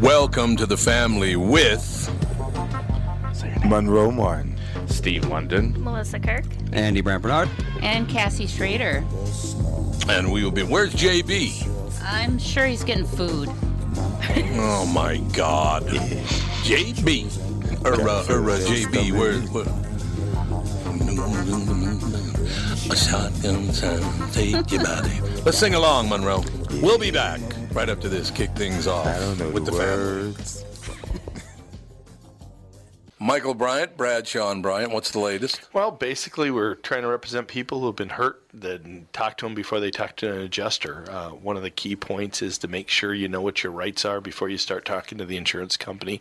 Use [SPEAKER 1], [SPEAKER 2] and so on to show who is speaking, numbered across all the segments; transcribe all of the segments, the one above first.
[SPEAKER 1] Welcome to the family with
[SPEAKER 2] Monroe Martin.
[SPEAKER 1] Steve London,
[SPEAKER 3] Melissa Kirk
[SPEAKER 4] Andy Brant Bernard.
[SPEAKER 3] and Cassie Schrader.
[SPEAKER 1] and we will be. Where's JB?
[SPEAKER 3] I'm sure he's getting food.
[SPEAKER 1] Oh my God, JB, hurrah, hurrah, JB. uh, Where? where- Let's sing along, Monroe. We'll be back right after this. Kick things off
[SPEAKER 2] I don't know
[SPEAKER 1] with
[SPEAKER 2] the,
[SPEAKER 1] the family.
[SPEAKER 2] words.
[SPEAKER 1] Michael Bryant, Brad Sean Bryant. What's the latest?
[SPEAKER 5] Well, basically, we're trying to represent people who've been hurt. Then talk to them before they talk to an adjuster. Uh, one of the key points is to make sure you know what your rights are before you start talking to the insurance company,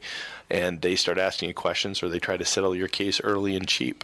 [SPEAKER 5] and they start asking you questions or they try to settle your case early and cheap.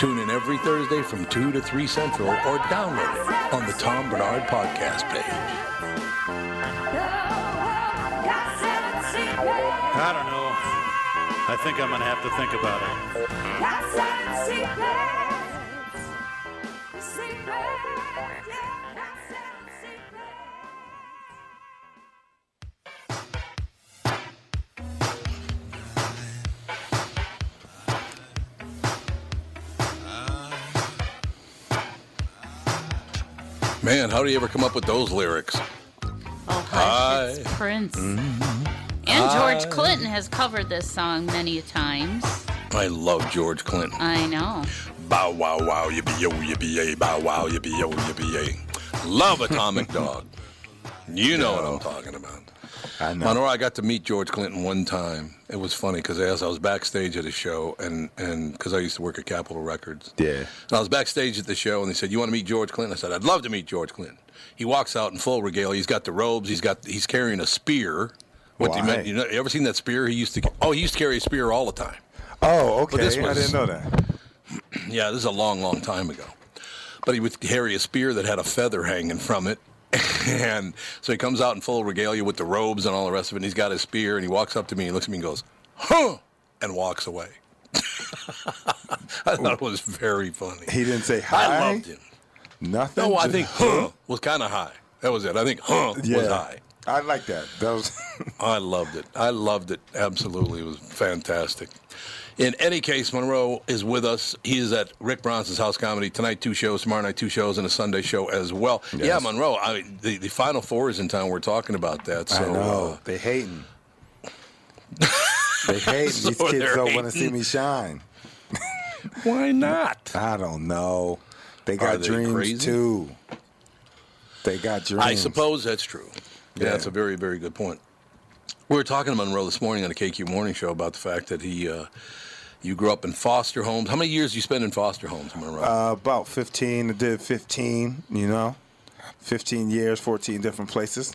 [SPEAKER 1] Tune in every Thursday from 2 to 3 Central or download it on the Tom Bernard podcast page.
[SPEAKER 6] I don't know. I think I'm going to have to think about it.
[SPEAKER 1] Man, how do you ever come up with those lyrics?
[SPEAKER 3] Oh, hush, it's Prince.
[SPEAKER 1] Mm-hmm.
[SPEAKER 3] And
[SPEAKER 7] Uh,
[SPEAKER 3] George Clinton has covered this song many times.
[SPEAKER 1] I love George Clinton.
[SPEAKER 3] I know.
[SPEAKER 1] Bow wow wow yippee yo yippee yay bow wow yippee yo yippee yay. Love Atomic Dog. You know what I'm talking about.
[SPEAKER 2] I know.
[SPEAKER 1] Monroe, I got to meet George Clinton one time. It was funny because I was backstage at a show, and and because I used to work at Capitol Records,
[SPEAKER 2] Yeah.
[SPEAKER 1] and I was backstage at the show, and they said, "You want to meet George Clinton?" I said, "I'd love to meet George Clinton." He walks out in full regalia. He's got the robes. He's got he's carrying a spear. What do you,
[SPEAKER 2] Why?
[SPEAKER 1] mean- you know? You ever seen that spear? He used to. Oh, he used to carry a spear all the time.
[SPEAKER 2] Oh, okay.
[SPEAKER 1] this
[SPEAKER 2] I
[SPEAKER 1] was-
[SPEAKER 2] didn't know that.
[SPEAKER 1] Yeah, this is a long, long time ago. But he would carry a spear that had a feather hanging from it. And so he comes out in full regalia with the robes and all the rest of it. And he's got his spear and he walks up to me and looks at me and goes, huh, and walks away. I thought it was very funny.
[SPEAKER 2] He didn't say hi.
[SPEAKER 1] I loved him.
[SPEAKER 2] Nothing.
[SPEAKER 1] No, I
[SPEAKER 2] Just-
[SPEAKER 1] think huh was kind of high. That was it. I think huh was high.
[SPEAKER 2] I like that. That was
[SPEAKER 1] I loved it. I loved it. Absolutely. It was fantastic. In any case, Monroe is with us. He is at Rick Bronson's House Comedy tonight, two shows, tomorrow night, two shows, and a Sunday show as well. Yeah, Monroe, I, the, the Final Four is in town. We're talking about that. So,
[SPEAKER 2] I know.
[SPEAKER 1] uh,
[SPEAKER 2] They hating. they hating. These
[SPEAKER 1] So
[SPEAKER 2] kids
[SPEAKER 1] they're
[SPEAKER 2] don't want to see
[SPEAKER 1] hating.
[SPEAKER 2] me shine.
[SPEAKER 1] why not?
[SPEAKER 2] I don't know. They
[SPEAKER 1] Are
[SPEAKER 2] got
[SPEAKER 1] they
[SPEAKER 2] dreams
[SPEAKER 1] crazy?
[SPEAKER 2] too. They got dreams.
[SPEAKER 1] I suppose that's true. Yeah,
[SPEAKER 2] Yeah.
[SPEAKER 1] that's a very, very good point. We were talking to Monroe this morning on the KQ Morning Show about the fact that he uh, You grew up in foster homes. How many years you spend in foster homes, Monroe?
[SPEAKER 2] Uh, about 15. I did 15, you know, 15 years, 14 different places.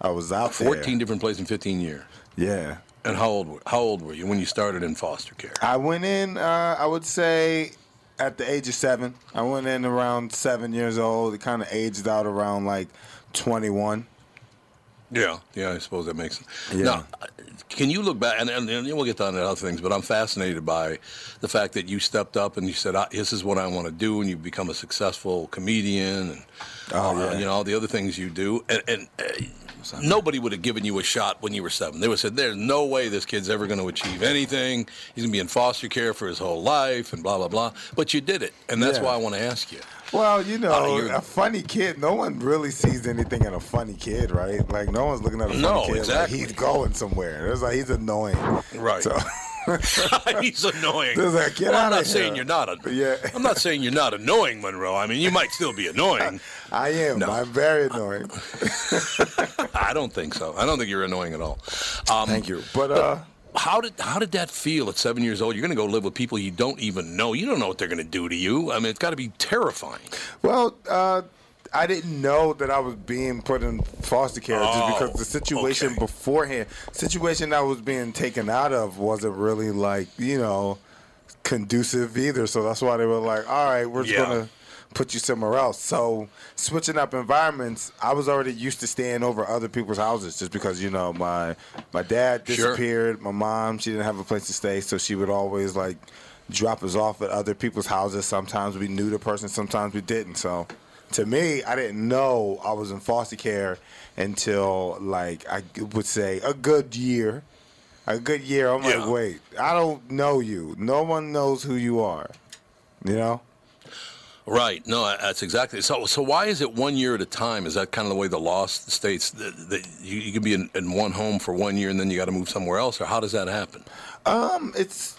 [SPEAKER 2] I was out
[SPEAKER 1] 14 different places in 15 years.
[SPEAKER 2] there. Yeah.
[SPEAKER 1] And how old were, how old were you when you started in foster care?
[SPEAKER 2] I went in, uh, I would say, at the age of seven. I went in around seven years old. It kind of aged out around like 21.
[SPEAKER 1] Yeah, yeah, I suppose that makes sense.
[SPEAKER 2] Yeah.
[SPEAKER 1] Now, uh, can you look back, and, and, and we'll get on to other things, but I'm fascinated by the fact that you stepped up and you said, I, "This is what I want to do," and you become a successful comedian, and
[SPEAKER 2] Oh,
[SPEAKER 1] uh,
[SPEAKER 2] yeah.
[SPEAKER 1] you know all the other things you do. And, and uh, nobody would have given you a shot when you were seven. They would have said, "There's no way this kid's ever going to achieve anything. He's going to be in foster care for his whole life," and blah blah blah. But you did it, and that's
[SPEAKER 2] Yeah.
[SPEAKER 1] why I want to ask you.
[SPEAKER 2] Well, you know,
[SPEAKER 1] Oh, you're-
[SPEAKER 2] a funny kid. No one really sees anything in a funny kid, right? Like no one's looking at a funny
[SPEAKER 1] No,
[SPEAKER 2] kid like,
[SPEAKER 1] exactly.
[SPEAKER 2] he's going somewhere. It's like he's annoying,
[SPEAKER 1] Right.
[SPEAKER 2] So,
[SPEAKER 1] He's annoying.
[SPEAKER 2] Just like, get
[SPEAKER 1] Well, I'm
[SPEAKER 2] outta
[SPEAKER 1] not saying
[SPEAKER 2] here.
[SPEAKER 1] you're not. A,
[SPEAKER 2] Yeah.
[SPEAKER 1] I'm not saying you're not annoying, Monroe. I mean, you might still be annoying.
[SPEAKER 2] I am.
[SPEAKER 1] No.
[SPEAKER 2] I'm very annoying.
[SPEAKER 1] I don't think so. I don't think you're annoying at all. Um,
[SPEAKER 2] Thank you. But uh,
[SPEAKER 1] How did how did that feel at seven years old? You're going to go live with people you don't even know. You don't know what they're going to do to you. I mean, it's got to be terrifying.
[SPEAKER 2] well, uh, I didn't know that I was being put in foster care
[SPEAKER 1] Oh,
[SPEAKER 2] just because the situation
[SPEAKER 1] okay.
[SPEAKER 2] beforehand, situation I was being taken out of, wasn't really like you know conducive either. So that's why they were like, all right, we're just
[SPEAKER 1] Yeah.
[SPEAKER 2] gonna put you somewhere else. So switching up environments, I was already used to staying over other people's houses just because, you know, my my dad
[SPEAKER 1] Sure.
[SPEAKER 2] disappeared, my mom, she didn't have a place to stay, so she would always like drop us off at other people's houses. Sometimes we knew the person, sometimes we didn't. So to me, I didn't know I was in foster care until like I would say a good year. A good year. I'm
[SPEAKER 1] Yeah.
[SPEAKER 2] like, wait, I don't know you. No one knows who you are. You know?
[SPEAKER 1] Right. No, I- that's exactly. So, so why is it one year at a time? Is that kind of the way the law s- states that, that you, you can be in, in one home for one year and then you got to move somewhere else, or how does that happen?
[SPEAKER 2] Um, it's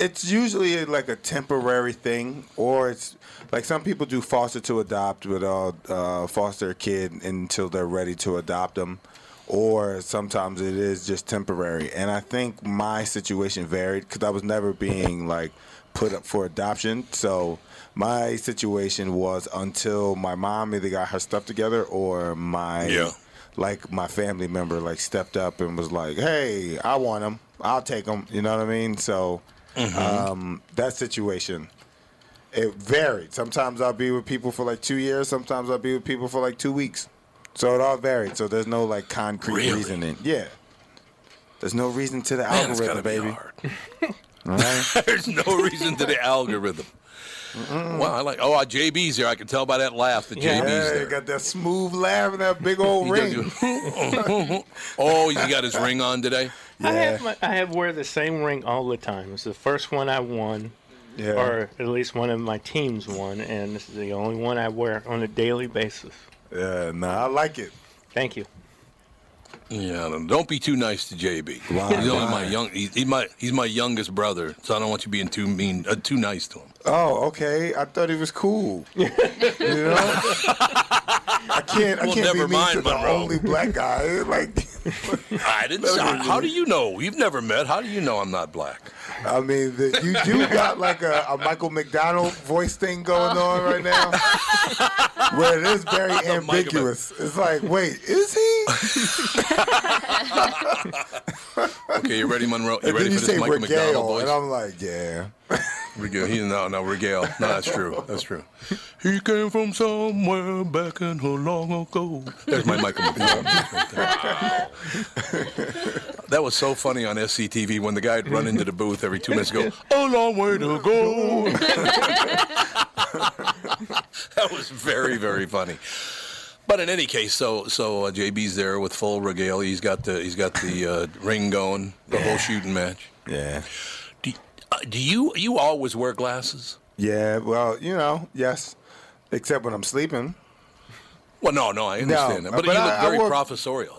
[SPEAKER 2] it's usually like a temporary thing, or it's like some people do foster to adopt, but I'll uh, foster a kid until they're ready to adopt them, or sometimes it is just temporary. And I think my situation varied because I was never being like put up for adoption, so my situation was until my mom either got her stuff together or my
[SPEAKER 1] Yeah.
[SPEAKER 2] like my family member like stepped up and was like, "Hey, I want him. I'll take him." You know what I mean? So
[SPEAKER 1] Mm-hmm.
[SPEAKER 2] um, that situation it varied. Sometimes I'll be with people for like two years. Sometimes I'll be with people for like two weeks. So it all varied. So there's no like concrete
[SPEAKER 1] Really?
[SPEAKER 2] reasoning. Yeah, there's no reason to the
[SPEAKER 1] Man, it's gotta
[SPEAKER 2] algorithm, baby.
[SPEAKER 1] be hard.
[SPEAKER 2] Right? Hmm.
[SPEAKER 1] There's no reason to the algorithm. Well, I like. Oh, uh, JB's there. I can tell by that laugh that
[SPEAKER 2] yeah,
[SPEAKER 1] JB's
[SPEAKER 2] they
[SPEAKER 1] there.
[SPEAKER 2] got that smooth laugh and that big old
[SPEAKER 1] He's
[SPEAKER 2] ring.
[SPEAKER 1] gonna do- oh, he got his ring on today.
[SPEAKER 4] I have
[SPEAKER 2] Yeah.
[SPEAKER 4] my, I have wear the same ring all the time. It's the first one I won,
[SPEAKER 2] Yeah.
[SPEAKER 4] or at least one of my teams won, and this is the only one I wear on a daily basis.
[SPEAKER 2] yeah, nah, I like it.
[SPEAKER 4] Thank you.
[SPEAKER 1] Yeah, I don't- don't be too nice to JB.
[SPEAKER 2] Why?
[SPEAKER 1] He's only my
[SPEAKER 2] Why?
[SPEAKER 1] young. He's, he's my he's my youngest brother, so I don't want you being too mean, uh, too nice to him.
[SPEAKER 2] Oh, okay. I thought he was cool. you know, I can't. I can't
[SPEAKER 1] Well,
[SPEAKER 2] be
[SPEAKER 1] never
[SPEAKER 2] mean
[SPEAKER 1] mind,
[SPEAKER 2] to the
[SPEAKER 1] Monroe.
[SPEAKER 2] only black guy. Like,
[SPEAKER 1] I didn't. s- How, how do you know? You've never met. How do you know I'm not black?
[SPEAKER 2] I mean, the, you do got like uh, a, a Michael McDonald voice thing going on right now, where it is very ambiguous. It's like, wait, is he?
[SPEAKER 1] Okay, you ready, Monroe? You
[SPEAKER 2] And
[SPEAKER 1] ready
[SPEAKER 2] then you
[SPEAKER 1] for this
[SPEAKER 2] say
[SPEAKER 1] Michael McDonald
[SPEAKER 2] regale,
[SPEAKER 1] voice?
[SPEAKER 2] and I'm like, yeah.
[SPEAKER 1] Regale. He, no, no, regale. No, that's true. That's true. He came from somewhere back in a long ago. There's my Michael McDonald. right there. that was so funny on SCTV when the guy'd run into the booth every two minutes and go, a long way to go. that was very, very funny. But in any case, so so uh, JB's there with full regale. He's got the he's got the uh, ring going, the whole shooting match.
[SPEAKER 2] Yeah.
[SPEAKER 1] Do, uh, do you you always wear glasses?
[SPEAKER 2] Yeah. Well, you know, yes. Except when I'm sleeping.
[SPEAKER 1] Well, no, no, I understand
[SPEAKER 2] No,
[SPEAKER 1] that, but,
[SPEAKER 2] but
[SPEAKER 1] you
[SPEAKER 2] I-
[SPEAKER 1] look
[SPEAKER 2] I
[SPEAKER 1] very
[SPEAKER 2] wore-
[SPEAKER 1] professorial.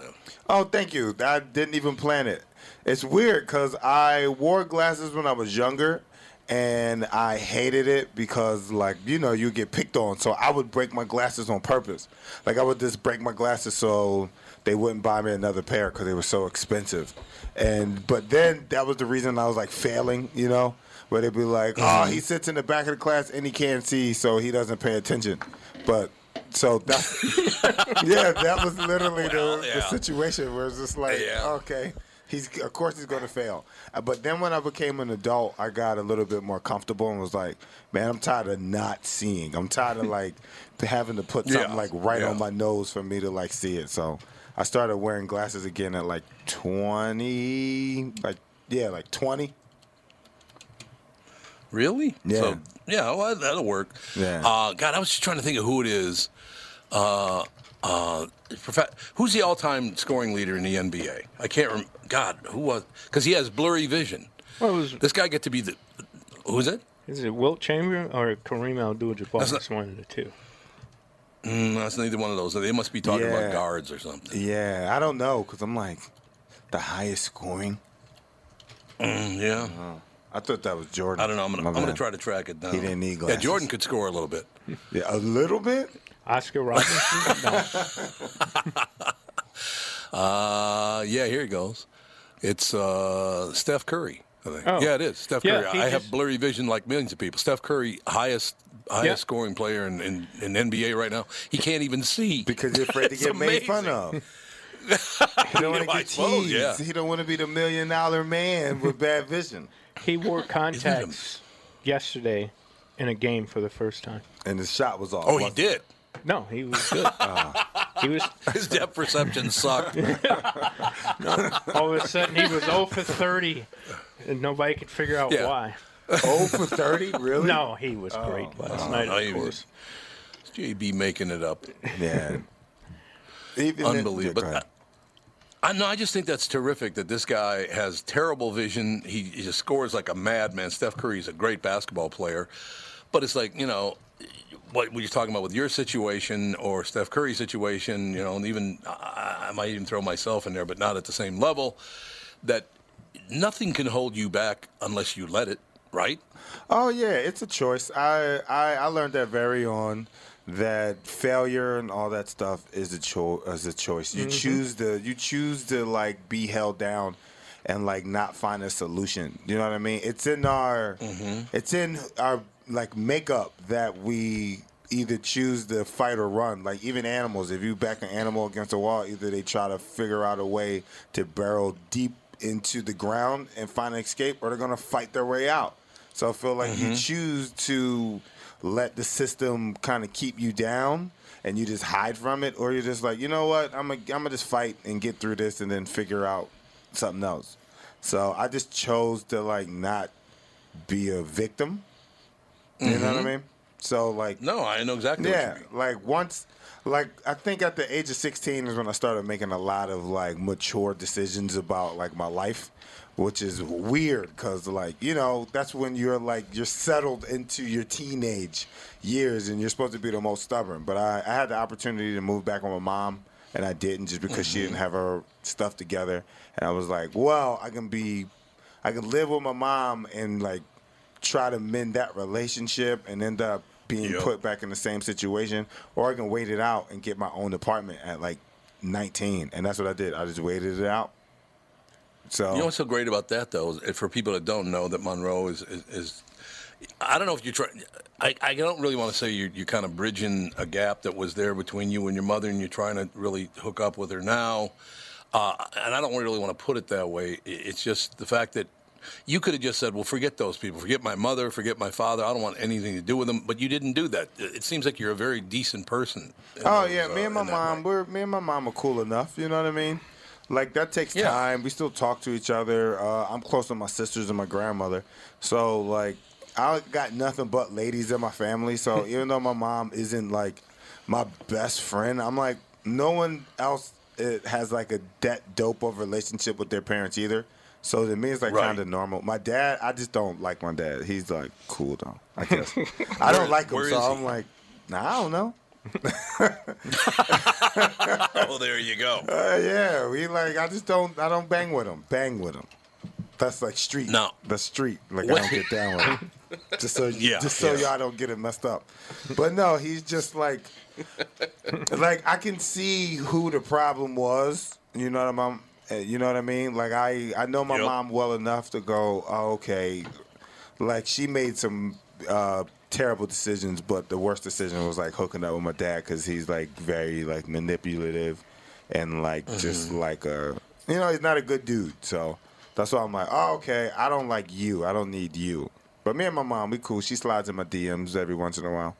[SPEAKER 2] Oh, thank you. I didn't even plan it. It's weird because I wore glasses when I was younger, and I hated it because, like, you know, you get picked on. So I would break my glasses on purpose. Like, I would just break my glasses so they wouldn't buy me another pair because they were so expensive. And but then that was the reason I was like failing, you know. where they'd be like, "Oh, he sits in the back of the class and he can't see, so he doesn't pay attention." But so that, yeah, that was literally
[SPEAKER 1] Well,
[SPEAKER 2] the, the
[SPEAKER 1] yeah.
[SPEAKER 2] situation where it's just like,
[SPEAKER 1] Yeah.
[SPEAKER 2] okay, he's of course he's going to fail. Uh, But then when I became an adult, I got a little bit more comfortable and was like, man, I'm tired of not seeing. I'm tired of like having to put something
[SPEAKER 1] Yeah.
[SPEAKER 2] like right
[SPEAKER 1] Yeah.
[SPEAKER 2] on my nose for me to like see it. So I started wearing glasses again at like 20, like yeah, like 20.
[SPEAKER 1] Really?
[SPEAKER 2] Yeah.
[SPEAKER 1] So, yeah, well, that'll work.
[SPEAKER 2] Yeah.
[SPEAKER 1] Uh, God, I was just trying to think of who it is. Uh, uh, prof- who's the all-time scoring leader in the NBA? I can't remember. God, who was? Because he has blurry vision.
[SPEAKER 4] What was
[SPEAKER 1] This guy got to be the. Who's it?
[SPEAKER 4] is it? Wilt Chamberlain or Kareem
[SPEAKER 1] That's
[SPEAKER 4] Abdul-Jabbar?
[SPEAKER 1] not-
[SPEAKER 4] It's one of the two.
[SPEAKER 1] Mm, that's neither one of those. They must be talking
[SPEAKER 2] Yeah.
[SPEAKER 1] about guards or something.
[SPEAKER 2] Yeah, I don't know because I'm like the highest scoring.
[SPEAKER 1] Mm, Yeah.
[SPEAKER 2] Oh, I thought that was Jordan.
[SPEAKER 1] I don't know. I'm gonna,
[SPEAKER 2] My
[SPEAKER 1] I'm gonna
[SPEAKER 2] bad.
[SPEAKER 1] try to track it down.
[SPEAKER 2] He didn't need
[SPEAKER 1] Yeah,
[SPEAKER 2] glasses.
[SPEAKER 1] Jordan could score a little bit.
[SPEAKER 2] Yeah, a little bit.
[SPEAKER 4] Oscar Robertson. no.
[SPEAKER 1] Uh, yeah, here he goes. It's uh, Steph Curry. I think.
[SPEAKER 4] Oh.
[SPEAKER 1] Yeah, it is Steph
[SPEAKER 4] Yeah,
[SPEAKER 1] Curry.
[SPEAKER 4] he
[SPEAKER 1] I have
[SPEAKER 4] just-
[SPEAKER 1] blurry vision like millions of people. Steph Curry, highest highest
[SPEAKER 4] Yeah.
[SPEAKER 1] scoring player in, in, in NBA right now. He can't even see.
[SPEAKER 2] Because you're afraid to
[SPEAKER 1] It's
[SPEAKER 2] get made fun of. He don't want
[SPEAKER 1] Yeah,
[SPEAKER 2] to
[SPEAKER 1] I
[SPEAKER 2] get
[SPEAKER 1] suppose,
[SPEAKER 2] teased.
[SPEAKER 1] yeah.
[SPEAKER 2] He don't want to be the million dollar man with bad vision.
[SPEAKER 4] He wore contacts yesterday in a game for the first time.
[SPEAKER 2] And the shot was off.
[SPEAKER 1] oh, he
[SPEAKER 2] wasn't
[SPEAKER 1] did.
[SPEAKER 4] No, he was good. He was
[SPEAKER 1] His depth perception sucked.
[SPEAKER 4] all of a sudden he was 0 for 30, and nobody could figure out
[SPEAKER 1] Yeah.
[SPEAKER 4] why.
[SPEAKER 2] it? Oh for thirty, really? Oh,
[SPEAKER 4] No, he was
[SPEAKER 1] Oh,
[SPEAKER 4] great last night.
[SPEAKER 1] no,
[SPEAKER 4] of
[SPEAKER 1] he was-
[SPEAKER 4] course.
[SPEAKER 1] JB making it up.
[SPEAKER 2] Yeah. Even then-
[SPEAKER 1] Unbelievable.
[SPEAKER 2] Yeah, go
[SPEAKER 1] But
[SPEAKER 2] ahead.
[SPEAKER 1] I, I no, I just think that's terrific that this guy has terrible vision. He, he just scores like a madman. Steph Curry's a great basketball player, but it's like you know what were you talking about with your situation or Steph Curry's situation? You know, and even I, I might even throw myself in there, but not at the same level. That nothing can hold you back unless you let it. Right?
[SPEAKER 2] Oh yeah, it's a choice. I, I I learned that very on that failure and all that stuff is a choice. Is a choice. You choose to you choose to like be held down and like not find a solution. You know what I mean? It's in our it's in our like makeup that we either choose to fight or run. Like even animals, if you back an animal against a wall, either they try to figure out a way to burrow deep into the ground and find an escape, or they're gonna fight their way out. So I feel like you choose to let the system kind of keep you down and you just hide from it, or you're just like, you know what, I'm gonna I'm gonna just fight and get through this and then figure out something else. So I just chose to like not be a victim. You know what I mean? So like
[SPEAKER 1] Mm-hmm. No, I know exactly. What you
[SPEAKER 2] yeah,
[SPEAKER 1] mean.
[SPEAKER 2] like once, like I think at the age of sixteen is when I started making a lot of like mature decisions about like my life, which is weird because like you know that's when you're like you're settled into your teenage years and you're supposed to be the most stubborn. But I, I had the opportunity to move back on my mom and I didn't just because she didn't have her stuff together and I was like, well, I can be, I can live with my mom and like try to mend that relationship and end up being
[SPEAKER 1] Yep.
[SPEAKER 2] put back in the same situation, or I can wait it out and get my own apartment at like 19. And that's what I did. I just waited it out. So
[SPEAKER 1] You know what's so great about that, though, is for people that don't know that Monroe is is, is I don't know if you try. I, I don't really want to say you you kind of bridging a gap that was there between you and your mother, and you're trying to really hook up with her now. Uh, and I don't really want to put it that way. I- It's just the fact that you could have just said, "Well, forget those people. Forget my mother. Forget my father. I don't want anything to do with them." But you didn't do that. It it seems like you're a very decent person. in
[SPEAKER 2] Oh
[SPEAKER 1] those,
[SPEAKER 2] yeah,
[SPEAKER 1] uh,
[SPEAKER 2] me and my
[SPEAKER 1] in that way.
[SPEAKER 2] mom, we're me and my mom are cool enough. You know what I mean? Like that takes
[SPEAKER 1] Yeah.
[SPEAKER 2] time. We still talk to each other. Uh, I'm close to my sisters and my grandmother, so like I got nothing but ladies in my family. So even though my mom isn't like my best friend, I'm like no one else uh has like a that dope of relationship with their parents either. So to me, it's like
[SPEAKER 1] Right.
[SPEAKER 2] kind of normal. My dad, I just don't like my dad. He's like cool though. I guess I don't
[SPEAKER 1] Where-
[SPEAKER 2] like him,
[SPEAKER 1] where
[SPEAKER 2] so
[SPEAKER 1] is he?
[SPEAKER 2] I'm like, nah, I don't know.
[SPEAKER 1] Oh, there you go.
[SPEAKER 2] Uh, yeah, we like I just don't I don't bang with them. Bang with them. That's like street.
[SPEAKER 1] No.
[SPEAKER 2] that's street. Like
[SPEAKER 1] What-
[SPEAKER 2] I don't get down with them. Just so
[SPEAKER 1] Yeah,
[SPEAKER 2] just so
[SPEAKER 1] yeah.
[SPEAKER 2] y'all don't get it messed up. But no, he's just like like I can see who the problem was. You know what I'm. I'm- uh, You know what I mean? Like I, I know my
[SPEAKER 1] Yep.
[SPEAKER 2] mom well enough to go. Oh, okay, like she made some uh, terrible decisions, but the worst decision was like hooking up with my dad because he's like very like manipulative and like just
[SPEAKER 1] Mm-hmm.
[SPEAKER 2] like a you know he's not a good dude. So that's why I'm like, oh okay, I don't like you. I don't need you. But me and my mom, we cool. She slides in my DMs every once in a while.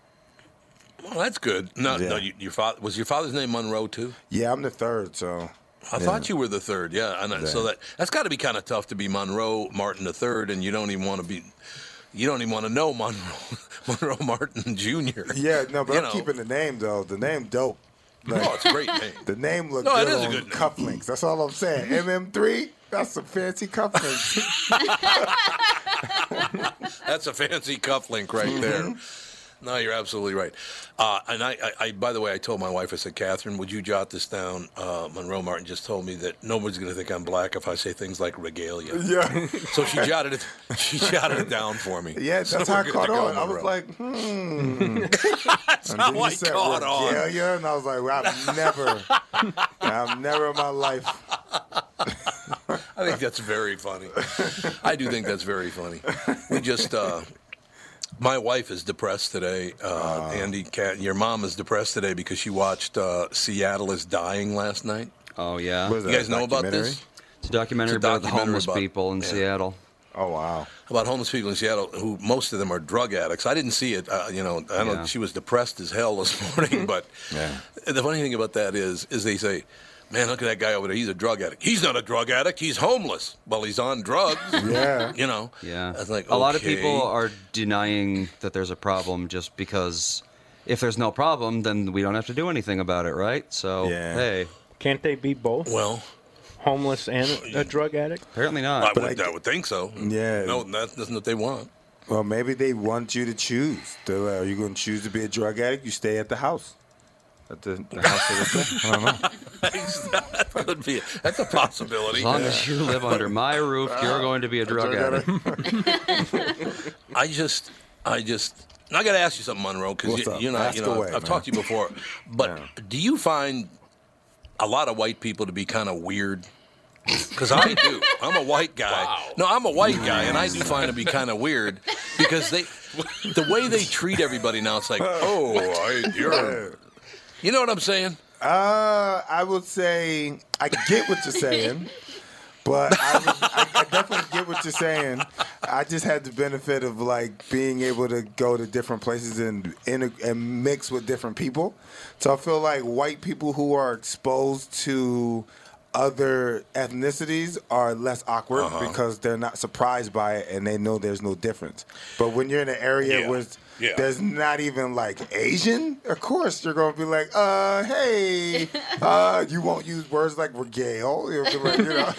[SPEAKER 1] Well, that's good. No,
[SPEAKER 2] Yeah.
[SPEAKER 1] no, you, your father was your father's name Monroe too.
[SPEAKER 2] Yeah, I'm the third, so
[SPEAKER 1] I thought you were the third. Yeah, and uh so
[SPEAKER 2] Yeah.
[SPEAKER 1] that that's got to be kind of tough to be Monroe Martin the third, and you don't even want to be, you don't even want to know Monroe Monroe Martin Junior.
[SPEAKER 2] yeah, no, but
[SPEAKER 1] You
[SPEAKER 2] I'm
[SPEAKER 1] know.
[SPEAKER 2] keeping the name though. The name dope. Like,
[SPEAKER 1] Oh, it's a great name.
[SPEAKER 2] The name looks
[SPEAKER 1] No, it
[SPEAKER 2] good
[SPEAKER 1] is a
[SPEAKER 2] on
[SPEAKER 1] good name.
[SPEAKER 2] cufflinks. That's all I'm saying. MM3, that's some fancy cufflinks.
[SPEAKER 1] That's a fancy cufflink right there. No, you're absolutely right. Uh, and I, I, I, by the way, I told my wife, I said, Catherine, would you jot this down? Uh, Monroe Martin just told me that nobody's going to think I'm black if I say things like regalia.
[SPEAKER 2] yeah,
[SPEAKER 1] So she jotted it, she jotted it down for me.
[SPEAKER 2] yeah,
[SPEAKER 1] So
[SPEAKER 2] that's
[SPEAKER 1] we're
[SPEAKER 2] how I
[SPEAKER 1] good to
[SPEAKER 2] caught
[SPEAKER 1] go,
[SPEAKER 2] on. I was
[SPEAKER 1] Monroe.
[SPEAKER 2] like, hmm.
[SPEAKER 1] that's how
[SPEAKER 2] Then you
[SPEAKER 1] I
[SPEAKER 2] said
[SPEAKER 1] caught on.
[SPEAKER 2] regalia, and I was like, well, I've never, I've never in my life.
[SPEAKER 1] I think that's very funny. I do think that's very funny. We just, uh, my wife is depressed today.
[SPEAKER 7] Ah.
[SPEAKER 1] Uh, Andy, Cat, your mom is depressed today because she watched uh, Seattle is Dying last night.
[SPEAKER 7] Oh yeah,
[SPEAKER 2] Was
[SPEAKER 1] You
[SPEAKER 2] that
[SPEAKER 1] guys know about
[SPEAKER 2] documentary?
[SPEAKER 1] this?
[SPEAKER 7] it's a documentary
[SPEAKER 1] It's a
[SPEAKER 7] about
[SPEAKER 1] documentary
[SPEAKER 7] the homeless
[SPEAKER 1] about-
[SPEAKER 7] people in
[SPEAKER 1] yeah.
[SPEAKER 7] Seattle.
[SPEAKER 2] Oh wow,
[SPEAKER 1] about homeless people in Seattle who most of them are drug addicts. I didn't see it. Uh, you know, I don't.
[SPEAKER 7] Yeah. Mm-hmm.
[SPEAKER 1] She was depressed as hell this morning. But
[SPEAKER 2] Yeah.
[SPEAKER 1] the funny thing about that is, is they say, "Man, look at that guy over there. He's a drug addict. He's not a drug addict. He's homeless. Well, he's on drugs.
[SPEAKER 2] yeah,
[SPEAKER 1] you know.
[SPEAKER 7] Yeah,
[SPEAKER 1] I was like,
[SPEAKER 7] a lot of people
[SPEAKER 1] okay.
[SPEAKER 7] are denying that there's a problem just because if there's no problem, then we don't have to do anything about it, right? So
[SPEAKER 2] Yeah.
[SPEAKER 7] hey,
[SPEAKER 4] Can't they be both
[SPEAKER 1] Well,
[SPEAKER 4] homeless and a drug addict?
[SPEAKER 7] apparently
[SPEAKER 1] I
[SPEAKER 7] not.
[SPEAKER 1] would, I, would think so.
[SPEAKER 2] Yeah.
[SPEAKER 1] No, that's, that's what they want.
[SPEAKER 2] Well, maybe they want you to choose. They're like, are you going to choose to be a drug addict? You stay at the house. At the, the house of the I don't know.
[SPEAKER 1] that could be. That's a possibility.
[SPEAKER 7] As long as you live under my roof,
[SPEAKER 2] Ah,
[SPEAKER 7] you're going to be a drug
[SPEAKER 2] Drug
[SPEAKER 7] addict.
[SPEAKER 1] I just, I just, and I got to ask you something, Monroe, because
[SPEAKER 2] What's
[SPEAKER 1] you,
[SPEAKER 2] up?
[SPEAKER 1] you're not, you
[SPEAKER 2] Ask
[SPEAKER 1] know,
[SPEAKER 2] away,
[SPEAKER 1] I've
[SPEAKER 2] man.
[SPEAKER 1] talked to you before, but do you find a lot of white people to be kind of weird? Because I do. I'm a white guy. No, I'm a white guy, and I do find it to be kind of weird because they, the way they treat everybody now, it's like, oh, I, you're, you know what I'm saying?
[SPEAKER 2] Uh, I would say I get what you're saying, but I, was, I, I definitely get what you're saying. I just had the benefit of like being able to go to different places and and, and mix with different people. So I feel like white people who are exposed to other ethnicities are less awkward
[SPEAKER 1] Uh-huh.
[SPEAKER 2] because they're not surprised by it and they know there's no difference. But when you're in an area
[SPEAKER 1] Yeah.
[SPEAKER 2] where it's-
[SPEAKER 1] Yeah.
[SPEAKER 2] there's it's not even like Asian, of course you're gonna be like, uh, hey, uh, you won't use words like regale. You'll be like, you know,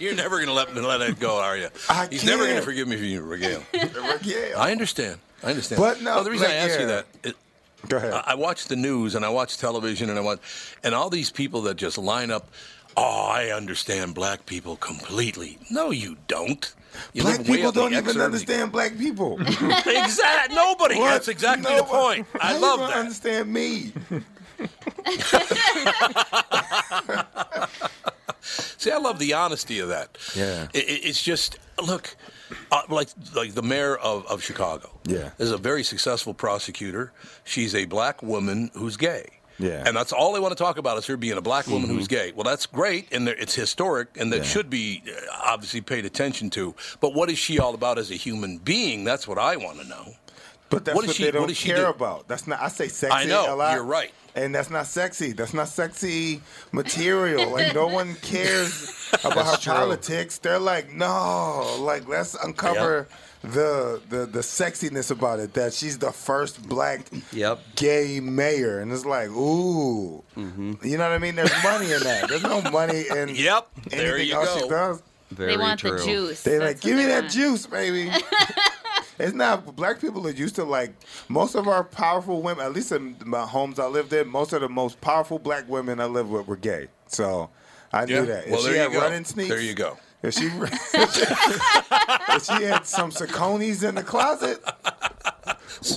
[SPEAKER 1] You're never gonna let let it go, are you?
[SPEAKER 2] I
[SPEAKER 1] He's never gonna
[SPEAKER 2] can't.
[SPEAKER 1] forgive me for you, regale.
[SPEAKER 2] regale.
[SPEAKER 1] I understand. I understand.
[SPEAKER 2] But no,
[SPEAKER 1] the reason
[SPEAKER 2] like,
[SPEAKER 1] I ask you
[SPEAKER 2] yeah.
[SPEAKER 1] that. It,
[SPEAKER 2] Go ahead.
[SPEAKER 1] I I watch the news and I watch television and I watch, and all these people that just line up. Oh, I understand black people completely. No, you don't. You
[SPEAKER 2] black
[SPEAKER 1] live way
[SPEAKER 2] people
[SPEAKER 1] up the
[SPEAKER 2] don't even
[SPEAKER 1] exurb.
[SPEAKER 2] understand black people.
[SPEAKER 1] Exact. Nobody.
[SPEAKER 2] What?
[SPEAKER 1] That's exactly
[SPEAKER 2] No
[SPEAKER 1] the
[SPEAKER 2] one-
[SPEAKER 1] point. I
[SPEAKER 2] How
[SPEAKER 1] love
[SPEAKER 2] you gonna
[SPEAKER 1] that.
[SPEAKER 2] Understand me?
[SPEAKER 1] See, I love the honesty of that.
[SPEAKER 2] Yeah.
[SPEAKER 1] I- I- it's just look, uh, like like the mayor of, of Chicago.
[SPEAKER 2] Yeah.
[SPEAKER 1] is a very successful prosecutor. She's a black woman who's gay.
[SPEAKER 2] Yeah.
[SPEAKER 1] and that's all they want to talk about is her being a black woman who's gay. Well, that's great, and there- it's historic, and that should be uh, obviously paid attention to. But what is she all about as a human being? That's what I want to know.
[SPEAKER 2] But that's
[SPEAKER 1] What
[SPEAKER 2] what,
[SPEAKER 1] does she-
[SPEAKER 2] they
[SPEAKER 1] what
[SPEAKER 2] don't
[SPEAKER 1] does she
[SPEAKER 2] care
[SPEAKER 1] do?
[SPEAKER 2] about. That's not. I say sexy. A
[SPEAKER 1] know,
[SPEAKER 2] lot,
[SPEAKER 1] you're right.
[SPEAKER 2] And that's not sexy. That's not sexy material. and no one cares about her politics. They're like, no, like let's uncover the, the the sexiness about it. That she's the first black
[SPEAKER 7] Yep.
[SPEAKER 2] gay mayor, and it's like, ooh, you know what I mean? There's money in that. There's no money in
[SPEAKER 1] Mm-hmm. Yep,
[SPEAKER 2] anything
[SPEAKER 1] there you
[SPEAKER 2] else she
[SPEAKER 1] go.
[SPEAKER 2] does.
[SPEAKER 7] Very
[SPEAKER 3] they want
[SPEAKER 7] true.
[SPEAKER 3] the juice.
[SPEAKER 2] They
[SPEAKER 3] That's
[SPEAKER 2] like,
[SPEAKER 3] what
[SPEAKER 2] give me
[SPEAKER 3] they
[SPEAKER 2] that
[SPEAKER 3] want."
[SPEAKER 2] juice, baby. it's not. Black people are used to like most of our powerful women. At least in my homes I lived in, most of the most powerful black women I lived with were gay. So I
[SPEAKER 1] Yeah.
[SPEAKER 2] knew that. If
[SPEAKER 1] Well,
[SPEAKER 2] she
[SPEAKER 1] there you
[SPEAKER 2] had
[SPEAKER 1] go.
[SPEAKER 2] running sneaks,
[SPEAKER 1] There you go.
[SPEAKER 2] If she, if she had some Saucony's in the closet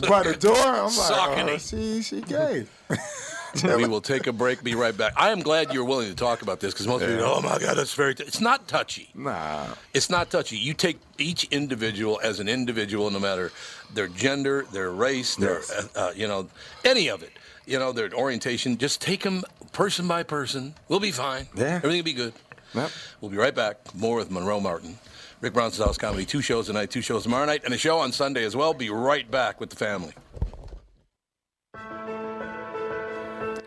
[SPEAKER 2] by the door, I'm like, oh,
[SPEAKER 1] Saucony.
[SPEAKER 2] she she gay.
[SPEAKER 1] we will take a break. Be right back. I am glad you're willing to talk about this because most people, oh my god, that's very. T-. It's not touchy.
[SPEAKER 2] Nah.
[SPEAKER 1] It's not touchy. You take each individual as an individual, no matter their gender, their race, their
[SPEAKER 2] Yes.
[SPEAKER 1] uh, uh, you know any of it. You know their orientation. Just take them person by person. We'll be fine.
[SPEAKER 2] Yeah.
[SPEAKER 1] everything will be good.
[SPEAKER 2] Yep.
[SPEAKER 1] We'll be right back. More with Monroe Martin. Rick Bronson's House Comedy. Two shows tonight, two shows tomorrow night, and a show on Sunday as well. Be right back with the family.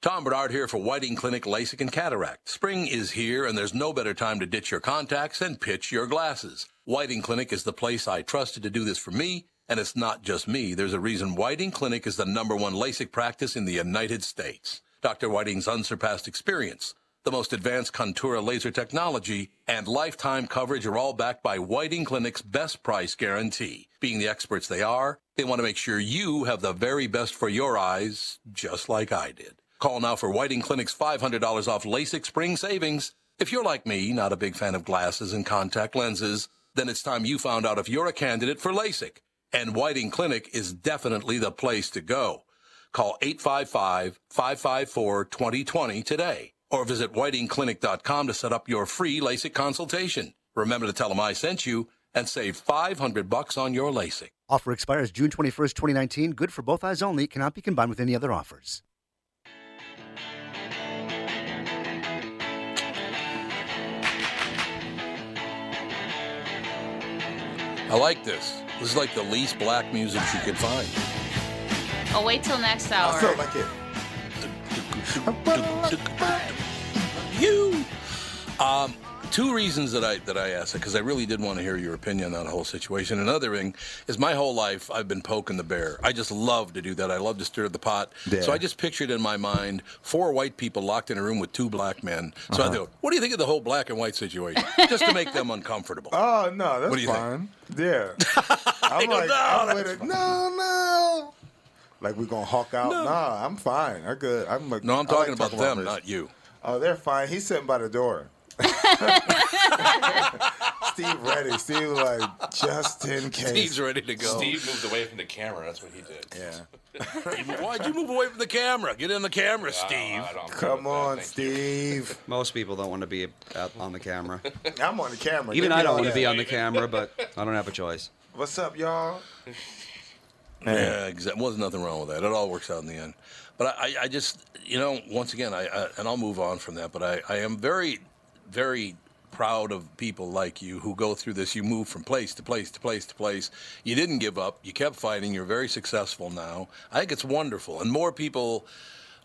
[SPEAKER 1] Tom Bernard here for Whiting Clinic LASIK and Cataract. Spring is here and there's no better time to ditch your contacts and pitch your glasses. Whiting Clinic is the place I trusted to do this for me, and it's not just me. There's a reason Whiting Clinic is the number one LASIK practice in the United States. Dr. Whiting's unsurpassed experience, the most advanced Contura laser technology, and lifetime coverage are all backed by Whiting Clinic's best price guarantee. Being the experts they are, they want to make sure you have the very best for your eyes, just like I did. Call now for Whiting Clinic's $500 off LASIK spring savings. If you're like me, not a big fan of glasses and contact lenses, then it's time you found out if you're a candidate for LASIK. And Whiting Clinic is definitely the place to go. Call 855-554-2020 today or visit whitingclinic.com to set up your free LASIK consultation. Remember to tell them I sent you and save 500 bucks on your LASIK.
[SPEAKER 8] Offer expires June 21st, 2019. Good for both eyes only. Cannot be combined with any other offers.
[SPEAKER 1] I like this. This is like the least black music you could find.
[SPEAKER 3] Oh, wait till next
[SPEAKER 2] I felt
[SPEAKER 3] hour.
[SPEAKER 2] like it.
[SPEAKER 1] You. Um, two reasons that I that I asked it because I really did want to hear your opinion on the whole situation. Another thing is my whole life I've been poking the bear. I just love to do that. I love to stir the pot.
[SPEAKER 2] Yeah.
[SPEAKER 1] So I just pictured in my mind four white people locked in a room with two black men. So I thought, what do you think of the whole black and white situation? just to make them uncomfortable.
[SPEAKER 2] Oh no, that's
[SPEAKER 1] What do you
[SPEAKER 2] fine.
[SPEAKER 1] think?
[SPEAKER 2] Yeah. I'm
[SPEAKER 1] go,
[SPEAKER 2] like,
[SPEAKER 1] "No,
[SPEAKER 2] I'm
[SPEAKER 1] that's
[SPEAKER 2] with it. no, no. Like we're gonna hawk out. Nah, I'm fine. I'm good. I'm like,
[SPEAKER 1] no,
[SPEAKER 2] I
[SPEAKER 1] I'm
[SPEAKER 2] like
[SPEAKER 1] talking about
[SPEAKER 2] Taco
[SPEAKER 1] them,
[SPEAKER 2] Robbers.
[SPEAKER 1] not you.
[SPEAKER 2] Oh, they're fine. He's sitting by the door. Steve ready. Steve was like, just in case.
[SPEAKER 1] Steve's ready to go.
[SPEAKER 5] Steve moved away from the camera. That's what he did.
[SPEAKER 2] Yeah.
[SPEAKER 1] Why'd you move away from the camera? Get in the camera, Steve.
[SPEAKER 2] Come on, Steve.
[SPEAKER 7] Most people don't want to be out on the camera.
[SPEAKER 2] I'm on the camera.
[SPEAKER 7] Even
[SPEAKER 2] Get
[SPEAKER 7] I
[SPEAKER 2] me
[SPEAKER 7] don't
[SPEAKER 2] on
[SPEAKER 7] want to
[SPEAKER 2] that.
[SPEAKER 7] be on the camera, but I don't have a choice.
[SPEAKER 2] What's up, y'all?
[SPEAKER 1] Yeah, exactly. Wasn't nothing wrong with that. It all works out in the end. But I, I- I just, you know, once again, I, I and I'll move on from that. But I, I am very, very proud of people like you who go through this. You move from place to place to place to place. You didn't give up. You kept fighting. You're very successful now. I think it's wonderful, and more people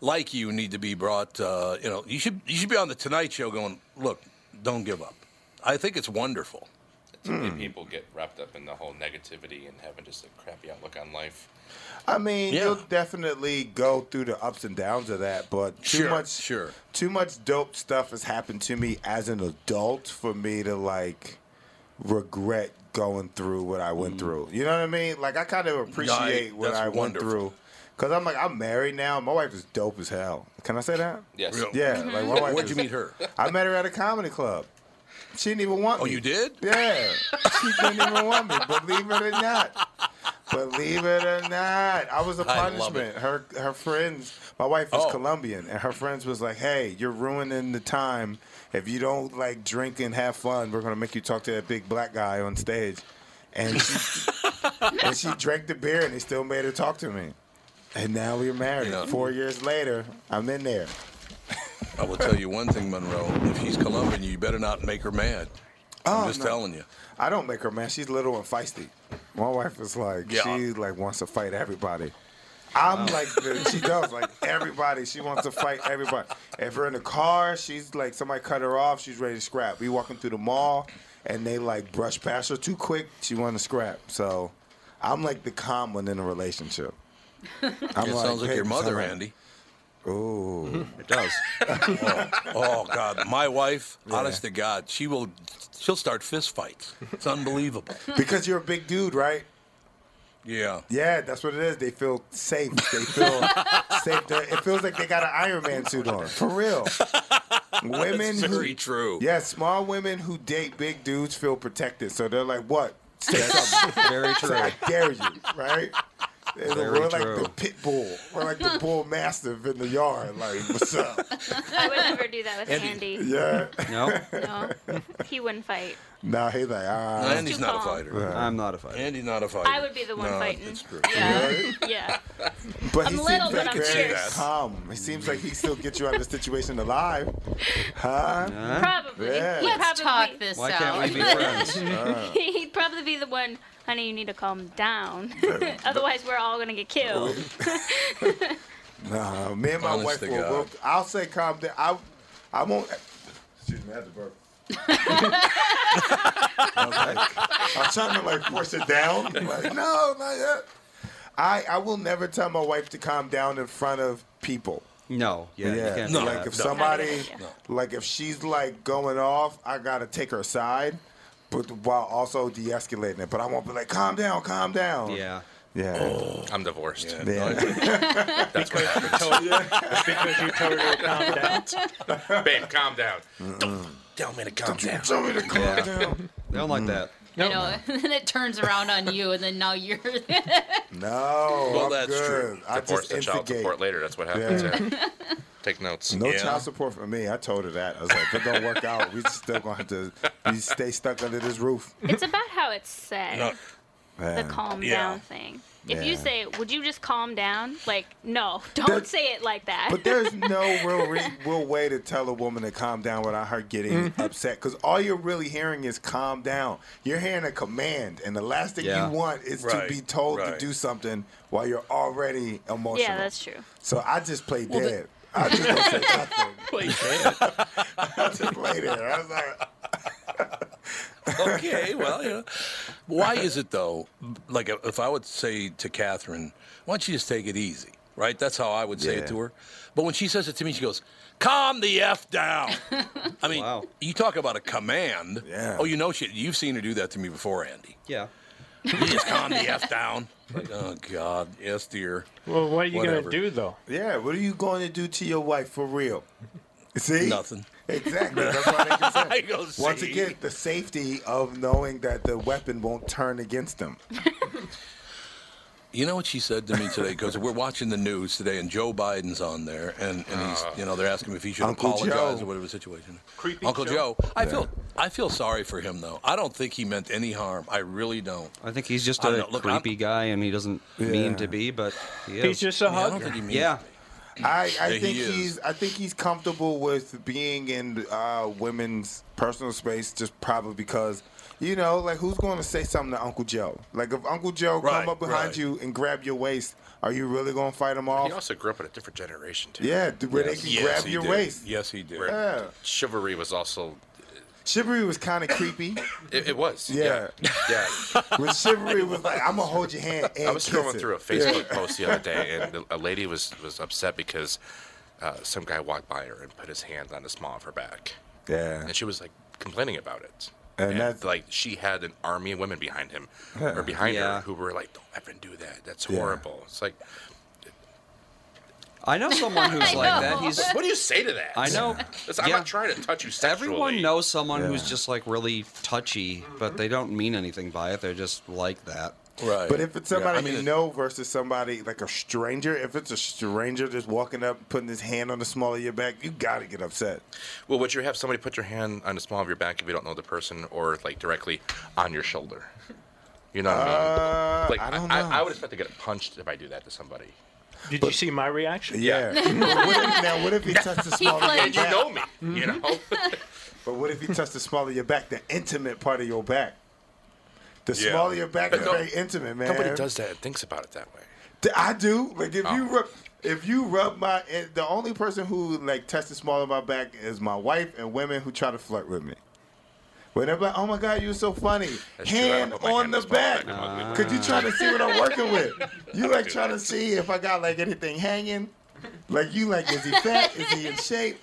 [SPEAKER 1] like you need to be brought. Uh, you know, you should you should be on the Tonight Show going, look, don't give up. I think it's wonderful.
[SPEAKER 9] Too
[SPEAKER 1] Hmm.
[SPEAKER 9] many people get wrapped up in the whole negativity and having just a crappy outlook on life.
[SPEAKER 2] I mean,
[SPEAKER 1] Yeah.
[SPEAKER 2] you'll definitely go through the ups and downs of that, but too
[SPEAKER 1] Sure,
[SPEAKER 2] much,
[SPEAKER 1] sure.
[SPEAKER 2] too much dope stuff has happened to me as an adult for me to like regret going through what I went through. You know what I mean? Like I kind of appreciate what
[SPEAKER 1] Mm. that's
[SPEAKER 2] I went
[SPEAKER 1] wonderful.
[SPEAKER 2] through because I'm like I'm married now. My wife is dope as hell. Can I say that?
[SPEAKER 9] Yes.
[SPEAKER 1] Real.
[SPEAKER 2] Yeah, like my wife.
[SPEAKER 1] Where'd
[SPEAKER 2] is-
[SPEAKER 1] you meet her?
[SPEAKER 2] I met her at a comedy club. She didn't even want
[SPEAKER 1] Oh,
[SPEAKER 2] me.
[SPEAKER 1] you did?
[SPEAKER 2] Yeah. She didn't even want me. Believe it or not. Believe it or not. I was a
[SPEAKER 1] I love
[SPEAKER 2] punishment. Her her friends my wife is
[SPEAKER 1] Oh.
[SPEAKER 2] Colombian and her friends was like, Hey, you're ruining the time. If you don't like drink and have fun, we're gonna make you talk to that big black guy on stage. And she, and she drank the beer and they still made her talk to me. And now we're married.
[SPEAKER 1] Yeah.
[SPEAKER 2] Four years later, I'm in there.
[SPEAKER 1] I will tell you one thing, Monroe. If she's Colombian, you better not make her mad. I'm
[SPEAKER 2] Oh,
[SPEAKER 1] just
[SPEAKER 2] no.
[SPEAKER 1] telling you.
[SPEAKER 2] I don't make her mad. She's little and feisty. My wife is like
[SPEAKER 1] Yeah.
[SPEAKER 2] she like wants to fight everybody. I'm
[SPEAKER 1] Wow.
[SPEAKER 2] like the, she does like everybody. She wants to fight everybody. If we're in the car, she's like somebody cut her off. She's ready to scrap. We walking through the mall, and they like brush past her too quick. She want to scrap. So I'm like the calm one in a relationship.
[SPEAKER 1] it sounds like
[SPEAKER 2] hey,
[SPEAKER 1] your mother,
[SPEAKER 2] somebody-
[SPEAKER 1] Andy.
[SPEAKER 2] Ooh.
[SPEAKER 1] It does. oh, oh, God, my wife, honest to God, she will, she'll start fist fights. It's unbelievable.
[SPEAKER 2] Because you're a big dude, right?
[SPEAKER 1] Yeah.
[SPEAKER 2] Yeah, that's what it is. They feel safe. They feel safe. They're- It feels like they got an Iron Man suit on. For real. Women
[SPEAKER 1] That's very
[SPEAKER 2] who,
[SPEAKER 1] true.
[SPEAKER 2] Yeah, small women who date big dudes feel protected. So they're like, what? Say
[SPEAKER 1] That's
[SPEAKER 2] something.
[SPEAKER 1] very
[SPEAKER 2] Say,
[SPEAKER 1] true.
[SPEAKER 2] I dare you, right? And
[SPEAKER 1] Very
[SPEAKER 2] we're like
[SPEAKER 1] true.
[SPEAKER 2] the pit bull. We're like the bull mastiff in the yard. Like, what's up?
[SPEAKER 10] I would never do that with
[SPEAKER 2] Andy.
[SPEAKER 10] Andy.
[SPEAKER 2] Yeah. No.
[SPEAKER 10] No. He wouldn't fight.
[SPEAKER 2] Nah, he's like, ah.
[SPEAKER 1] No, Andy's not a
[SPEAKER 10] calm.
[SPEAKER 1] fighter.
[SPEAKER 7] I'm not a fighter.
[SPEAKER 1] Andy's not a fighter.
[SPEAKER 10] I would be the one
[SPEAKER 1] No,
[SPEAKER 10] fighting.
[SPEAKER 1] that's true.
[SPEAKER 10] Yeah. yeah.
[SPEAKER 2] But
[SPEAKER 10] I'm
[SPEAKER 2] he
[SPEAKER 10] little,
[SPEAKER 2] seems
[SPEAKER 10] but
[SPEAKER 2] like
[SPEAKER 10] I'm
[SPEAKER 2] very
[SPEAKER 10] fierce.
[SPEAKER 2] calm. It seems like he still gets you out of the situation alive. Huh?
[SPEAKER 10] Probably.
[SPEAKER 2] Yeah.
[SPEAKER 10] He'd
[SPEAKER 3] Let's
[SPEAKER 10] probably-
[SPEAKER 3] talk this
[SPEAKER 2] Why
[SPEAKER 3] out.
[SPEAKER 2] can't we be friends? Uh.
[SPEAKER 10] He'd probably be the one, honey, you need to calm down. Otherwise, we're all going to get killed.
[SPEAKER 2] Nah, me and my
[SPEAKER 1] Honest
[SPEAKER 2] wife
[SPEAKER 1] to
[SPEAKER 2] will.
[SPEAKER 1] God.
[SPEAKER 2] will- I'll say calm down. I, I won't. Excuse me, I had to burp. I was like- I was trying to like force it down. Like, no, not yet. I, I will never tell my wife to calm down in front of people.
[SPEAKER 7] No, yeah, You can't do
[SPEAKER 2] like
[SPEAKER 7] that.
[SPEAKER 2] if somebody, like if she's like going off, I gotta take her side, but while also de-escalating it. But I won't be like, calm down, calm down.
[SPEAKER 7] Yeah.
[SPEAKER 2] Yeah.
[SPEAKER 9] Oh. I'm divorced.
[SPEAKER 2] That's
[SPEAKER 9] what happens. because you told her to calm down. Babe, calm down.
[SPEAKER 2] Mm.
[SPEAKER 9] Don't tell me to calm down.
[SPEAKER 2] Tell me to calm
[SPEAKER 7] Yeah. They don't like that.
[SPEAKER 3] You know, and then it turns around on you, and then now you're.
[SPEAKER 2] No.
[SPEAKER 9] well,
[SPEAKER 2] I'm
[SPEAKER 9] that's
[SPEAKER 2] good.
[SPEAKER 9] true.
[SPEAKER 2] I
[SPEAKER 9] Divorce
[SPEAKER 2] just
[SPEAKER 9] the child
[SPEAKER 2] instigate.
[SPEAKER 9] support later. That's what happens.
[SPEAKER 2] Yeah.
[SPEAKER 9] yeah. Take notes.
[SPEAKER 2] No child support for me. I told her that. I was like, if it don't work out, we still gonna have to we stay stuck under this roof.
[SPEAKER 10] it's about how it's said.
[SPEAKER 2] No.
[SPEAKER 10] The
[SPEAKER 2] Man.
[SPEAKER 10] calm
[SPEAKER 2] Yeah.
[SPEAKER 10] down thing. If you
[SPEAKER 2] Yeah.
[SPEAKER 10] say, would you just calm down? Like, no, don't
[SPEAKER 2] That-
[SPEAKER 10] say it like that.
[SPEAKER 2] But there's no real, re- real way to tell a woman to calm down without her getting
[SPEAKER 4] Mm-hmm.
[SPEAKER 2] upset. Because all you're really hearing is calm down. You're hearing a command, and the last thing
[SPEAKER 1] Yeah.
[SPEAKER 2] you want is
[SPEAKER 1] Right,
[SPEAKER 2] to be told
[SPEAKER 1] right.
[SPEAKER 2] to do something while you're already emotional.
[SPEAKER 10] yeah, that's true.
[SPEAKER 2] So I just play
[SPEAKER 10] Well,
[SPEAKER 2] dead. I just don't say nothing. I just play there. I was like,
[SPEAKER 1] okay, well, you know. Why is it though? Like, if I would say to Catherine, "Why don't you just take it easy?" Right? That's how I would say
[SPEAKER 2] Yeah.
[SPEAKER 1] it to her. But when she says it to me, she goes, "Calm the f down." I mean, you talk about a command. Yeah. Oh, you know, she, you've seen her do that to me before, Andy.
[SPEAKER 7] Yeah.
[SPEAKER 1] You just calm the f down. Like, oh God, yes, dear.
[SPEAKER 4] Well, what are you
[SPEAKER 1] Whatever.
[SPEAKER 4] gonna do though?
[SPEAKER 2] Yeah, what are you going to do to your wife for real? See?
[SPEAKER 1] Nothing.
[SPEAKER 2] Exactly. That's why they can say.
[SPEAKER 1] I go,
[SPEAKER 2] Once
[SPEAKER 1] "See?"
[SPEAKER 2] again, the safety of knowing that the weapon won't turn against them.
[SPEAKER 1] You know what she said to me today? Because we're watching the news today, and Joe Biden's on there, and, and he's, you know, they're asking him if he should
[SPEAKER 2] Ah. Uncle
[SPEAKER 1] apologize
[SPEAKER 2] Joe.
[SPEAKER 1] or whatever the situation. is.
[SPEAKER 2] Creepy
[SPEAKER 1] Uncle
[SPEAKER 2] Joe.
[SPEAKER 1] Joe. I
[SPEAKER 2] Yeah.
[SPEAKER 1] feel I feel sorry for him though. I don't think he meant any harm. I really don't.
[SPEAKER 7] I think he's just
[SPEAKER 1] I don't
[SPEAKER 7] a
[SPEAKER 1] know. Look,
[SPEAKER 7] creepy guy, and he doesn't mean to be, but he is.
[SPEAKER 2] hug.
[SPEAKER 7] I don't think he means yeah.
[SPEAKER 2] I, I
[SPEAKER 7] Yeah, he
[SPEAKER 2] think
[SPEAKER 7] is.
[SPEAKER 2] he's I think he's comfortable with being in uh, women's personal space just probably because you know like who's going to say something to Uncle Joe? Like if Uncle Joe
[SPEAKER 9] Right,
[SPEAKER 2] come up behind
[SPEAKER 9] right.
[SPEAKER 2] you and grab your waist, are you really going to fight him off?
[SPEAKER 9] He also grew up in a different generation too.
[SPEAKER 2] Yeah, th- where they can grab
[SPEAKER 9] he
[SPEAKER 2] your
[SPEAKER 9] did.
[SPEAKER 2] waist.
[SPEAKER 1] Yes, he did.
[SPEAKER 9] Where
[SPEAKER 2] Yeah.
[SPEAKER 9] Chivalry was also.
[SPEAKER 2] Chivalry was kind of creepy.
[SPEAKER 9] It, it was.
[SPEAKER 2] Yeah.
[SPEAKER 9] Yeah. yeah.
[SPEAKER 2] When chivalry was like, I'm gonna hold your hand. And
[SPEAKER 9] I was
[SPEAKER 2] kiss
[SPEAKER 9] scrolling
[SPEAKER 2] it.
[SPEAKER 9] through a Facebook post the other day, and a lady was was upset because uh, some guy walked by her and put his hand on the small of her back,
[SPEAKER 2] Yeah.
[SPEAKER 9] and she was like complaining about it.
[SPEAKER 2] And
[SPEAKER 9] And,
[SPEAKER 2] that's-
[SPEAKER 9] like she had an army of women behind him
[SPEAKER 2] Yeah.
[SPEAKER 9] or behind
[SPEAKER 7] Yeah.
[SPEAKER 9] her who were like, "Don't ever do that. That's
[SPEAKER 7] Yeah.
[SPEAKER 9] horrible." It's like,
[SPEAKER 7] I know someone who's
[SPEAKER 9] I
[SPEAKER 7] like that.
[SPEAKER 9] know.
[SPEAKER 7] He's.
[SPEAKER 9] What do you say to that?
[SPEAKER 7] I know.
[SPEAKER 9] That's- I'm not trying to touch you sexually.
[SPEAKER 7] Everyone knows someone who's just like really touchy, but they don't mean anything by it. They're just like that.
[SPEAKER 1] Right.
[SPEAKER 2] But if it's somebody you know versus somebody like a stranger, if it's a stranger just walking up, putting his hand on the small of your back, you gotta get upset.
[SPEAKER 9] Well, would you have somebody put your hand on the small of your back if you don't know the person, or like directly on your shoulder? You know what I
[SPEAKER 2] Uh,
[SPEAKER 9] mean? Like
[SPEAKER 2] I don't
[SPEAKER 9] I,
[SPEAKER 2] know.
[SPEAKER 9] I would expect to get punched if I do that to somebody.
[SPEAKER 4] Did you see my reaction?
[SPEAKER 2] Yeah. But what if- now, what if he touched the
[SPEAKER 4] He
[SPEAKER 2] small of your
[SPEAKER 4] played
[SPEAKER 2] back?
[SPEAKER 4] it. You know
[SPEAKER 9] me, you know.
[SPEAKER 2] but what What if you touch the small of your back, the intimate part of your back? The
[SPEAKER 9] Yeah.
[SPEAKER 2] small of your back
[SPEAKER 9] But
[SPEAKER 2] is
[SPEAKER 9] no-
[SPEAKER 2] very intimate, man.
[SPEAKER 9] Nobody does that and thinks about it that way.
[SPEAKER 2] Th- I do. Like if you
[SPEAKER 9] Oh.
[SPEAKER 2] rub, if you rub my, eh, the only person who like touches the small of my back is my wife and women who try to flirt with me. When they're like, "Oh my God, you're so funny,"
[SPEAKER 9] That's true. I don't
[SPEAKER 2] hand
[SPEAKER 9] put my
[SPEAKER 2] on
[SPEAKER 9] hand
[SPEAKER 2] the
[SPEAKER 9] on my back.
[SPEAKER 2] back,
[SPEAKER 9] I'm ugly.
[SPEAKER 2] because you trying to see what I'm working with. You like trying to see if I got like anything hanging. Like you like, is he fat? is he in shape?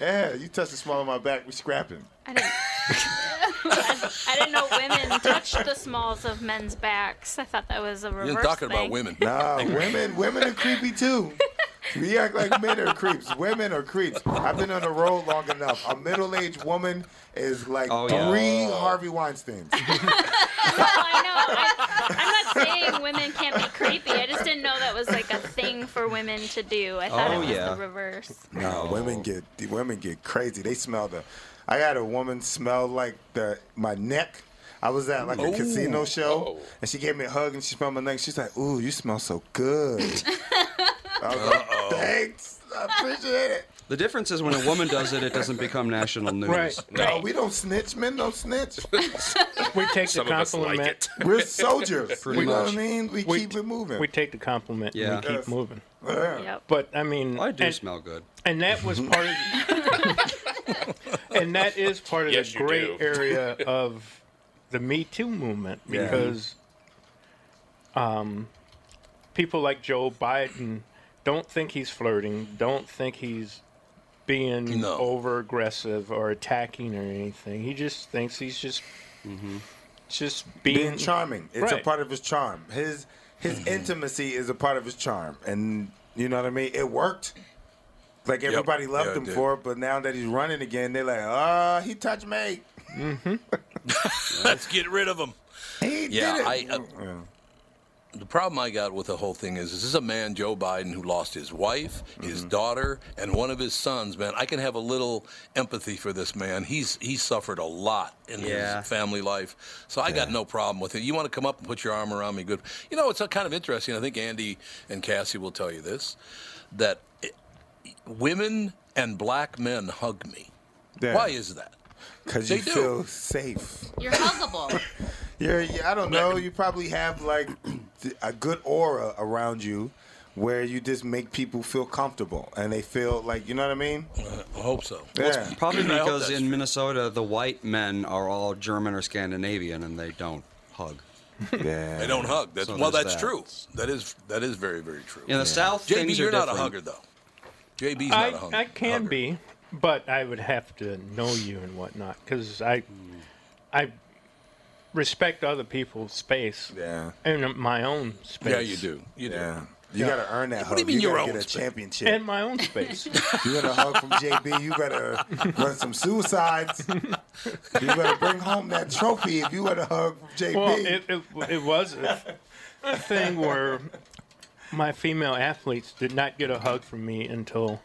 [SPEAKER 2] Yeah, you touch the small of my back, we scrapping.
[SPEAKER 10] I didn't know women touched the smalls of men's backs. I thought that was a reverse thing.
[SPEAKER 2] Nah, women, women are creepy too. We act like men are creeps. Women are creeps. I've been on the road long enough. A middle-aged woman is like
[SPEAKER 11] Oh,
[SPEAKER 2] three
[SPEAKER 11] yeah.
[SPEAKER 2] Harvey Weinsteins.
[SPEAKER 10] I'm not saying women can't be creepy. I just didn't know that was like a thing for women to do. I thought
[SPEAKER 2] Oh,
[SPEAKER 10] it was
[SPEAKER 2] yeah.
[SPEAKER 10] the reverse.
[SPEAKER 2] No, women get the women get crazy. They smell the. I had a woman smell like the my neck. I was at like a
[SPEAKER 11] Oh.
[SPEAKER 2] casino
[SPEAKER 7] Oh.
[SPEAKER 2] show, and she gave me a hug and she smelled my neck. She's like, "Ooh, you smell so good." I was like,
[SPEAKER 7] Uh-oh.
[SPEAKER 2] "Thanks, I appreciate it."
[SPEAKER 7] The difference is when a woman does it, it doesn't become national news.
[SPEAKER 2] No, we don't snitch. Men don't snitch.
[SPEAKER 4] We take
[SPEAKER 7] Some
[SPEAKER 4] the
[SPEAKER 7] of us
[SPEAKER 4] compliment.
[SPEAKER 7] like it.
[SPEAKER 2] We're soldiers.
[SPEAKER 4] Pretty
[SPEAKER 2] you know what
[SPEAKER 4] much.
[SPEAKER 2] I mean? We,
[SPEAKER 4] We-
[SPEAKER 2] keep it moving.
[SPEAKER 4] We take the compliment. and
[SPEAKER 7] Yeah.
[SPEAKER 4] We keep
[SPEAKER 7] Yes.
[SPEAKER 4] moving.
[SPEAKER 2] Yeah.
[SPEAKER 10] Yep.
[SPEAKER 4] But I mean,
[SPEAKER 7] I do
[SPEAKER 4] and-
[SPEAKER 7] smell good.
[SPEAKER 4] And that was part of. and that is part of
[SPEAKER 7] Yes,
[SPEAKER 4] the
[SPEAKER 7] you
[SPEAKER 4] gray
[SPEAKER 7] do.
[SPEAKER 4] area of the Me Too movement
[SPEAKER 7] Yeah.
[SPEAKER 4] because um, people like Joe Biden don't think he's flirting, don't think he's being over aggressive or attacking or anything. He just thinks he's just just being,
[SPEAKER 2] Mm-hmm. being charming. It's a
[SPEAKER 4] Right.
[SPEAKER 2] part of his charm. His his
[SPEAKER 11] Mm-hmm.
[SPEAKER 2] intimacy is a part of his charm, and you know what I mean. It worked. Like
[SPEAKER 11] Yep.
[SPEAKER 2] everybody loved
[SPEAKER 11] Yeah, it
[SPEAKER 2] him
[SPEAKER 11] did.
[SPEAKER 2] for it, but now that he's running again, they're like, "Ah, he touched me."
[SPEAKER 11] Mm-hmm.
[SPEAKER 1] Let's get rid of him. yeah,
[SPEAKER 2] did it.
[SPEAKER 1] I. Uh, The problem I got with the whole thing is this is a man, Joe Biden, who lost his wife, his
[SPEAKER 2] Mm-hmm.
[SPEAKER 1] daughter, and one of his sons. Man, I can have a little empathy for this man. He's he suffered a lot in
[SPEAKER 7] Yeah.
[SPEAKER 1] his family life, so I got no problem with it. You want to come up and put your arm around me, good. You know, it's uh, kind of interesting. I think Andy and Cassie will tell you this that it, women and black men hug me.
[SPEAKER 2] Yeah.
[SPEAKER 1] Why is that?
[SPEAKER 2] Because
[SPEAKER 1] They
[SPEAKER 2] you
[SPEAKER 1] do.
[SPEAKER 2] feel safe.
[SPEAKER 3] You're huggable.
[SPEAKER 2] You're, you- I don't know. You probably have like a good aura around you, where you just make people feel comfortable, and they feel like you know what I mean.
[SPEAKER 1] I hope so.
[SPEAKER 7] Well,
[SPEAKER 2] Yeah.
[SPEAKER 7] it's probably
[SPEAKER 2] I hope
[SPEAKER 7] because
[SPEAKER 2] that's
[SPEAKER 7] in Minnesota, the white men are all German or Scandinavian, and they don't hug.
[SPEAKER 2] Yeah.
[SPEAKER 1] They don't hug. That's, well, that's
[SPEAKER 7] that.
[SPEAKER 1] true. That is that is very very true.
[SPEAKER 7] In the Yeah. South,
[SPEAKER 1] JB,
[SPEAKER 7] things are
[SPEAKER 1] you're not a
[SPEAKER 7] different.
[SPEAKER 1] hugger though. JB's not a
[SPEAKER 4] I,
[SPEAKER 1] hugger.
[SPEAKER 4] I can be, but I would have to know you and whatnot because I, I respect other people's space.
[SPEAKER 2] Yeah.
[SPEAKER 4] And my own space.
[SPEAKER 1] Yeah, you do. You do.
[SPEAKER 2] Yeah. You gotta earn that
[SPEAKER 1] What do you
[SPEAKER 2] hug.
[SPEAKER 1] mean
[SPEAKER 2] You
[SPEAKER 1] your
[SPEAKER 2] gotta
[SPEAKER 1] own
[SPEAKER 2] get a
[SPEAKER 1] space?
[SPEAKER 2] championship.
[SPEAKER 4] And my own space.
[SPEAKER 2] You want a hug from JB? You better run some suicides. You better bring home that trophy if you want a hug from JB.
[SPEAKER 4] Well, it, it, it was a a thing where my female athletes did not get a hug from me until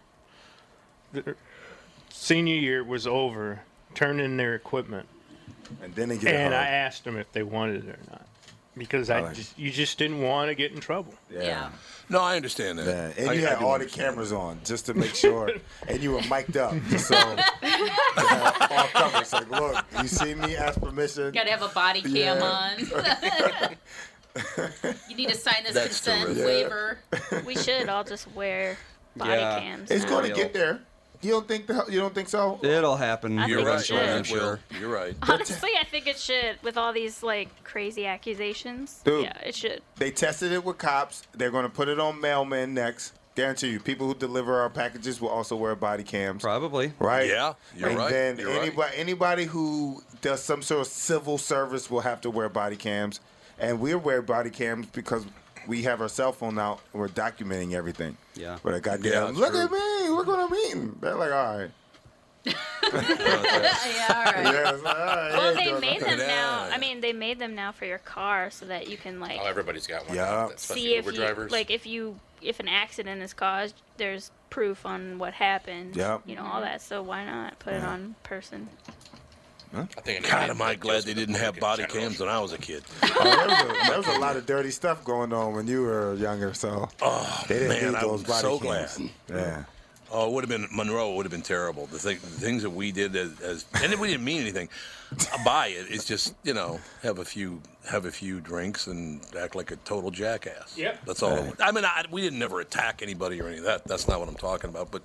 [SPEAKER 4] their senior year was over, turned in their equipment,
[SPEAKER 2] and then they get a
[SPEAKER 4] and
[SPEAKER 2] hug.
[SPEAKER 4] I asked them if they wanted it or not because I,
[SPEAKER 2] I like-
[SPEAKER 4] just, you just didn't want to get in trouble.
[SPEAKER 2] Yeah.
[SPEAKER 1] No, I understand that.
[SPEAKER 2] and you had all the cameras on just to make sure, and you were mic'd up, just so uh, all covers. Like, look, you see me? Ask permission.
[SPEAKER 3] Gotta have a body cam
[SPEAKER 2] Yeah.
[SPEAKER 3] on. you need to sign this
[SPEAKER 2] That's
[SPEAKER 3] consent
[SPEAKER 2] terrific.
[SPEAKER 3] waiver.
[SPEAKER 10] We should all just wear body
[SPEAKER 7] Yeah.
[SPEAKER 10] cams.
[SPEAKER 2] It's
[SPEAKER 7] For
[SPEAKER 2] going to
[SPEAKER 7] real.
[SPEAKER 2] get there. You don't think the, you don't think so?
[SPEAKER 7] It'll happen
[SPEAKER 10] I think it
[SPEAKER 7] eventually,
[SPEAKER 10] should.
[SPEAKER 7] I'm
[SPEAKER 10] It
[SPEAKER 7] sure.
[SPEAKER 1] You're right.
[SPEAKER 10] Honestly, I think it should with all these like crazy accusations.
[SPEAKER 2] Dude.
[SPEAKER 10] Yeah, it should.
[SPEAKER 2] They tested it with cops. They're going to put it on mailmen next. Guarantee you, people who deliver our packages will also wear body cams.
[SPEAKER 7] Probably.
[SPEAKER 2] Right?
[SPEAKER 1] Yeah, you're
[SPEAKER 2] and
[SPEAKER 1] right,
[SPEAKER 2] then
[SPEAKER 1] you're right.
[SPEAKER 2] anybody, anybody who does some sort of civil service will have to wear body cams. And we wear body cams because we have our cell phone out and we're documenting everything.
[SPEAKER 7] Yeah.
[SPEAKER 2] But I got
[SPEAKER 11] Yeah,
[SPEAKER 2] down.
[SPEAKER 11] it's
[SPEAKER 2] Look
[SPEAKER 11] true.
[SPEAKER 2] at me. Look what I mean. They're like, all right.
[SPEAKER 3] yeah, all right.
[SPEAKER 2] Yeah, it's like, all right, you
[SPEAKER 10] Well,
[SPEAKER 2] ain't
[SPEAKER 10] they
[SPEAKER 2] doing
[SPEAKER 10] made
[SPEAKER 2] nothing.
[SPEAKER 10] them now. I mean, they made them now for your car so that you can like
[SPEAKER 9] Oh, everybody's got one.
[SPEAKER 2] Yeah.
[SPEAKER 9] Especially
[SPEAKER 10] see if
[SPEAKER 9] Uber
[SPEAKER 10] you
[SPEAKER 9] drivers.
[SPEAKER 10] like if you if an accident is caused, there's proof on what happened.
[SPEAKER 1] Yep.
[SPEAKER 10] You know all that. So why not put it on person?
[SPEAKER 1] I think God, am I glad they didn't have body cams when I was a kid.
[SPEAKER 2] Oh, there, was a, there was a lot of dirty stuff going on when you were younger, so
[SPEAKER 1] Oh,
[SPEAKER 2] they didn't
[SPEAKER 1] man,
[SPEAKER 2] need
[SPEAKER 1] I'm
[SPEAKER 2] those body
[SPEAKER 1] so
[SPEAKER 2] cams.
[SPEAKER 1] glad.
[SPEAKER 2] Yeah.
[SPEAKER 1] Oh, it would have been Monroe. Would have been terrible. The, thing, the things that we did as, as and we didn't mean anything by it. It's just you know have a few have a few drinks and act like a total jackass.
[SPEAKER 4] Yep.
[SPEAKER 1] That's all.
[SPEAKER 2] Right.
[SPEAKER 1] I mean, I, we didn't never attack anybody or any of that. That's not what I'm talking about. But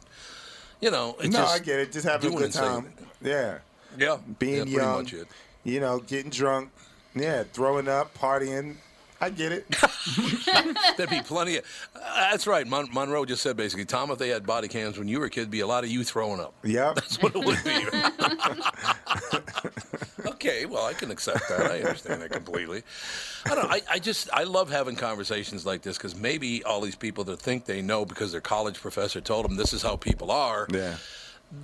[SPEAKER 1] you know, it's
[SPEAKER 2] no,
[SPEAKER 1] just
[SPEAKER 2] I get it. Just having a
[SPEAKER 1] doing
[SPEAKER 2] good
[SPEAKER 1] insane-
[SPEAKER 2] time. Yeah.
[SPEAKER 1] Yeah.
[SPEAKER 2] Being
[SPEAKER 1] yeah,
[SPEAKER 2] young.
[SPEAKER 1] Pretty much it.
[SPEAKER 2] You know, getting drunk. Yeah, throwing up, partying. I get it.
[SPEAKER 1] There'd be plenty of. Uh, that's right. Mon- Monroe just said basically, Tom, if they had body cams when you were a kid, it'd be a lot of you throwing up.
[SPEAKER 2] Yep.
[SPEAKER 1] That's what it would be. okay, well, I can accept that. I understand that completely. I don't. I, I just I love having conversations like this because maybe all these people that think they know because their college professor told them this is how people are.
[SPEAKER 2] Yeah.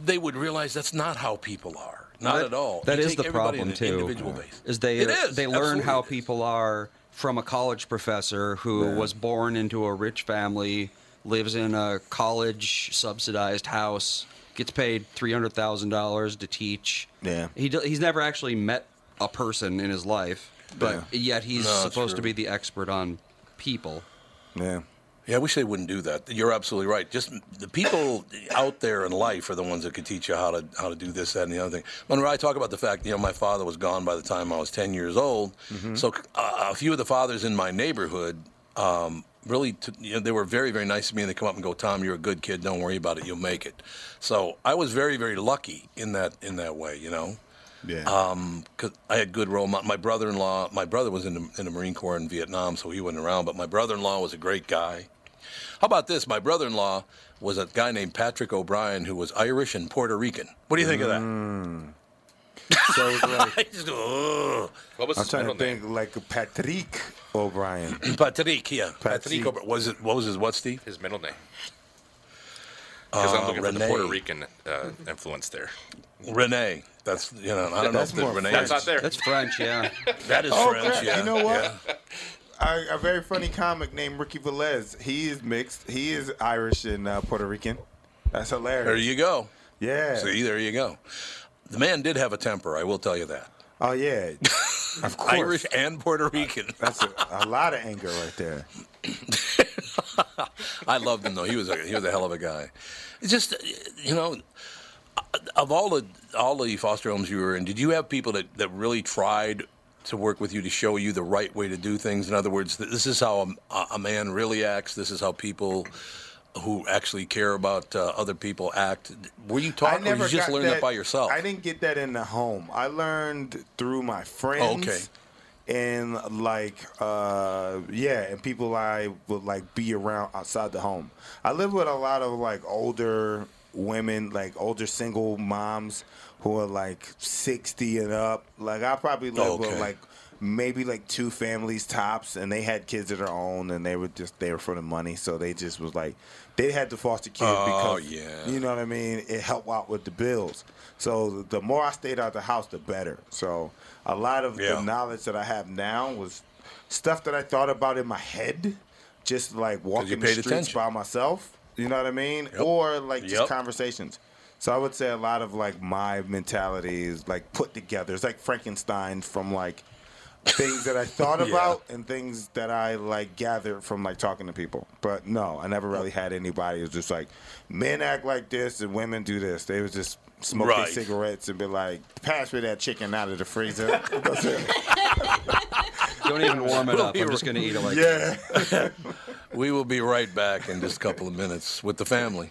[SPEAKER 1] They would realize that's not how people are. Not
[SPEAKER 7] That-
[SPEAKER 1] at all.
[SPEAKER 7] That
[SPEAKER 1] You
[SPEAKER 7] is
[SPEAKER 1] take
[SPEAKER 7] the
[SPEAKER 1] everybody on
[SPEAKER 7] problem
[SPEAKER 1] an
[SPEAKER 7] too.
[SPEAKER 1] Individual basis.
[SPEAKER 7] Is they
[SPEAKER 1] It is,
[SPEAKER 7] they learn
[SPEAKER 1] absolutely
[SPEAKER 7] how people are from a college professor who
[SPEAKER 1] Yeah.
[SPEAKER 7] was born into a rich family, lives in a college subsidized house, gets paid three hundred thousand dollars to teach.
[SPEAKER 2] Yeah.
[SPEAKER 7] He do, he's never actually met a person in his life, but yet he's
[SPEAKER 1] No, it's
[SPEAKER 7] supposed to be
[SPEAKER 1] true.
[SPEAKER 7] the expert on people.
[SPEAKER 2] Yeah.
[SPEAKER 1] Yeah, I wish they wouldn't do that. You're absolutely right. Just the people out there in life are the ones that could teach you how to how to do this, that, and the other thing. When I talk about the fact, you know, my father was gone by the time I was 10 years old,
[SPEAKER 7] Mm-hmm.
[SPEAKER 1] so uh, a few of the fathers in my neighborhood um, really, t- you know, they were very, very nice to me, and they come up and go, "Tom, you're a good kid. Don't worry about it. You'll make it." So I was very, very lucky in that in that way. You know.
[SPEAKER 2] Yeah.
[SPEAKER 1] Um, 'cause I had good role. My, my brother-in-law, my brother was in the, in the Marine Corps in Vietnam, so he wasn't around. But my brother-in-law was a great guy. How about this? My brother-in-law was a guy named Patrick O'Brien who was Irish and Puerto Rican. What do you think of that?
[SPEAKER 2] Mm. So it's like,
[SPEAKER 1] I just go, ugh.
[SPEAKER 2] I'm trying to think like Patrick O'Brien.
[SPEAKER 1] Patrick, yeah.
[SPEAKER 2] Patrick.
[SPEAKER 1] Patrick O'Brien. Was it, what was his what, Steve?
[SPEAKER 9] His middle name. Because I'm
[SPEAKER 1] Uh,
[SPEAKER 9] looking for the
[SPEAKER 1] Rene.
[SPEAKER 9] Puerto Rican uh, influence there.
[SPEAKER 1] Renee. That's, you know, I don't
[SPEAKER 2] That's
[SPEAKER 1] know if
[SPEAKER 2] more
[SPEAKER 1] the Renee
[SPEAKER 9] That's
[SPEAKER 1] is-
[SPEAKER 9] not there.
[SPEAKER 7] That's French, yeah.
[SPEAKER 1] That is
[SPEAKER 2] oh,
[SPEAKER 1] French,
[SPEAKER 2] crap.
[SPEAKER 1] yeah.
[SPEAKER 2] You know what?
[SPEAKER 1] yeah.
[SPEAKER 2] A, a very funny comic named Ricky Velez. He is mixed. He is Irish and uh, Puerto Rican. That's hilarious.
[SPEAKER 1] There you go.
[SPEAKER 2] Yeah.
[SPEAKER 1] See, there you go. The man did have a temper, I will tell you that.
[SPEAKER 2] Oh yeah. of course. Uh,
[SPEAKER 1] Irish and Puerto Rican.
[SPEAKER 2] That's a, a lot of anger right there.
[SPEAKER 1] I loved him though. He was a, he was a hell of a guy. It's just you know, of all the all the foster homes you were in, did you have people that, that really tried to work with you to show you the right way to do things? In other words, th- this is how a, a man really acts. This is how people who actually care about uh, other people act. Were you
[SPEAKER 2] I
[SPEAKER 1] taught, or you just
[SPEAKER 2] got
[SPEAKER 1] learned that, by yourself?
[SPEAKER 2] I didn't get that in the home. I learned through my friends.
[SPEAKER 1] Oh, okay.
[SPEAKER 2] And like, uh, yeah, and people I would like be around outside the home. I live with a lot of like older women, like older single moms who are like sixty and up. Like I probably live with
[SPEAKER 1] Oh, Okay.
[SPEAKER 2] like maybe like two families tops, and they had kids of their own, and they were just there for the money, so they just was like they had to foster kids
[SPEAKER 1] Oh,
[SPEAKER 2] because
[SPEAKER 1] yeah.
[SPEAKER 2] you know what I mean. It helped out with the bills. So the more I stayed out the house, the better. So a lot of
[SPEAKER 1] Yeah.
[SPEAKER 2] the knowledge that I have now was stuff that I thought about in my head, just like walking the
[SPEAKER 1] paid
[SPEAKER 2] streets
[SPEAKER 1] attention.
[SPEAKER 2] by myself. You know what I mean? Or like just
[SPEAKER 1] Yep.
[SPEAKER 2] conversations. So I would say a lot of like my mentality is like put together. It's like Frankenstein from like things that I thought
[SPEAKER 1] Yeah.
[SPEAKER 2] about and things that I like gathered from like talking to people. But no, I never really had anybody who's just like men act like this and women do this. They was just smoke their
[SPEAKER 1] Right.
[SPEAKER 2] cigarettes and be like, pass me that chicken out of the freezer. That's it.
[SPEAKER 7] Don't even warm it
[SPEAKER 1] We'll
[SPEAKER 7] up.
[SPEAKER 1] be
[SPEAKER 7] I'm just gonna eat it like
[SPEAKER 2] yeah.
[SPEAKER 1] We will be right back in just a couple of minutes with the family.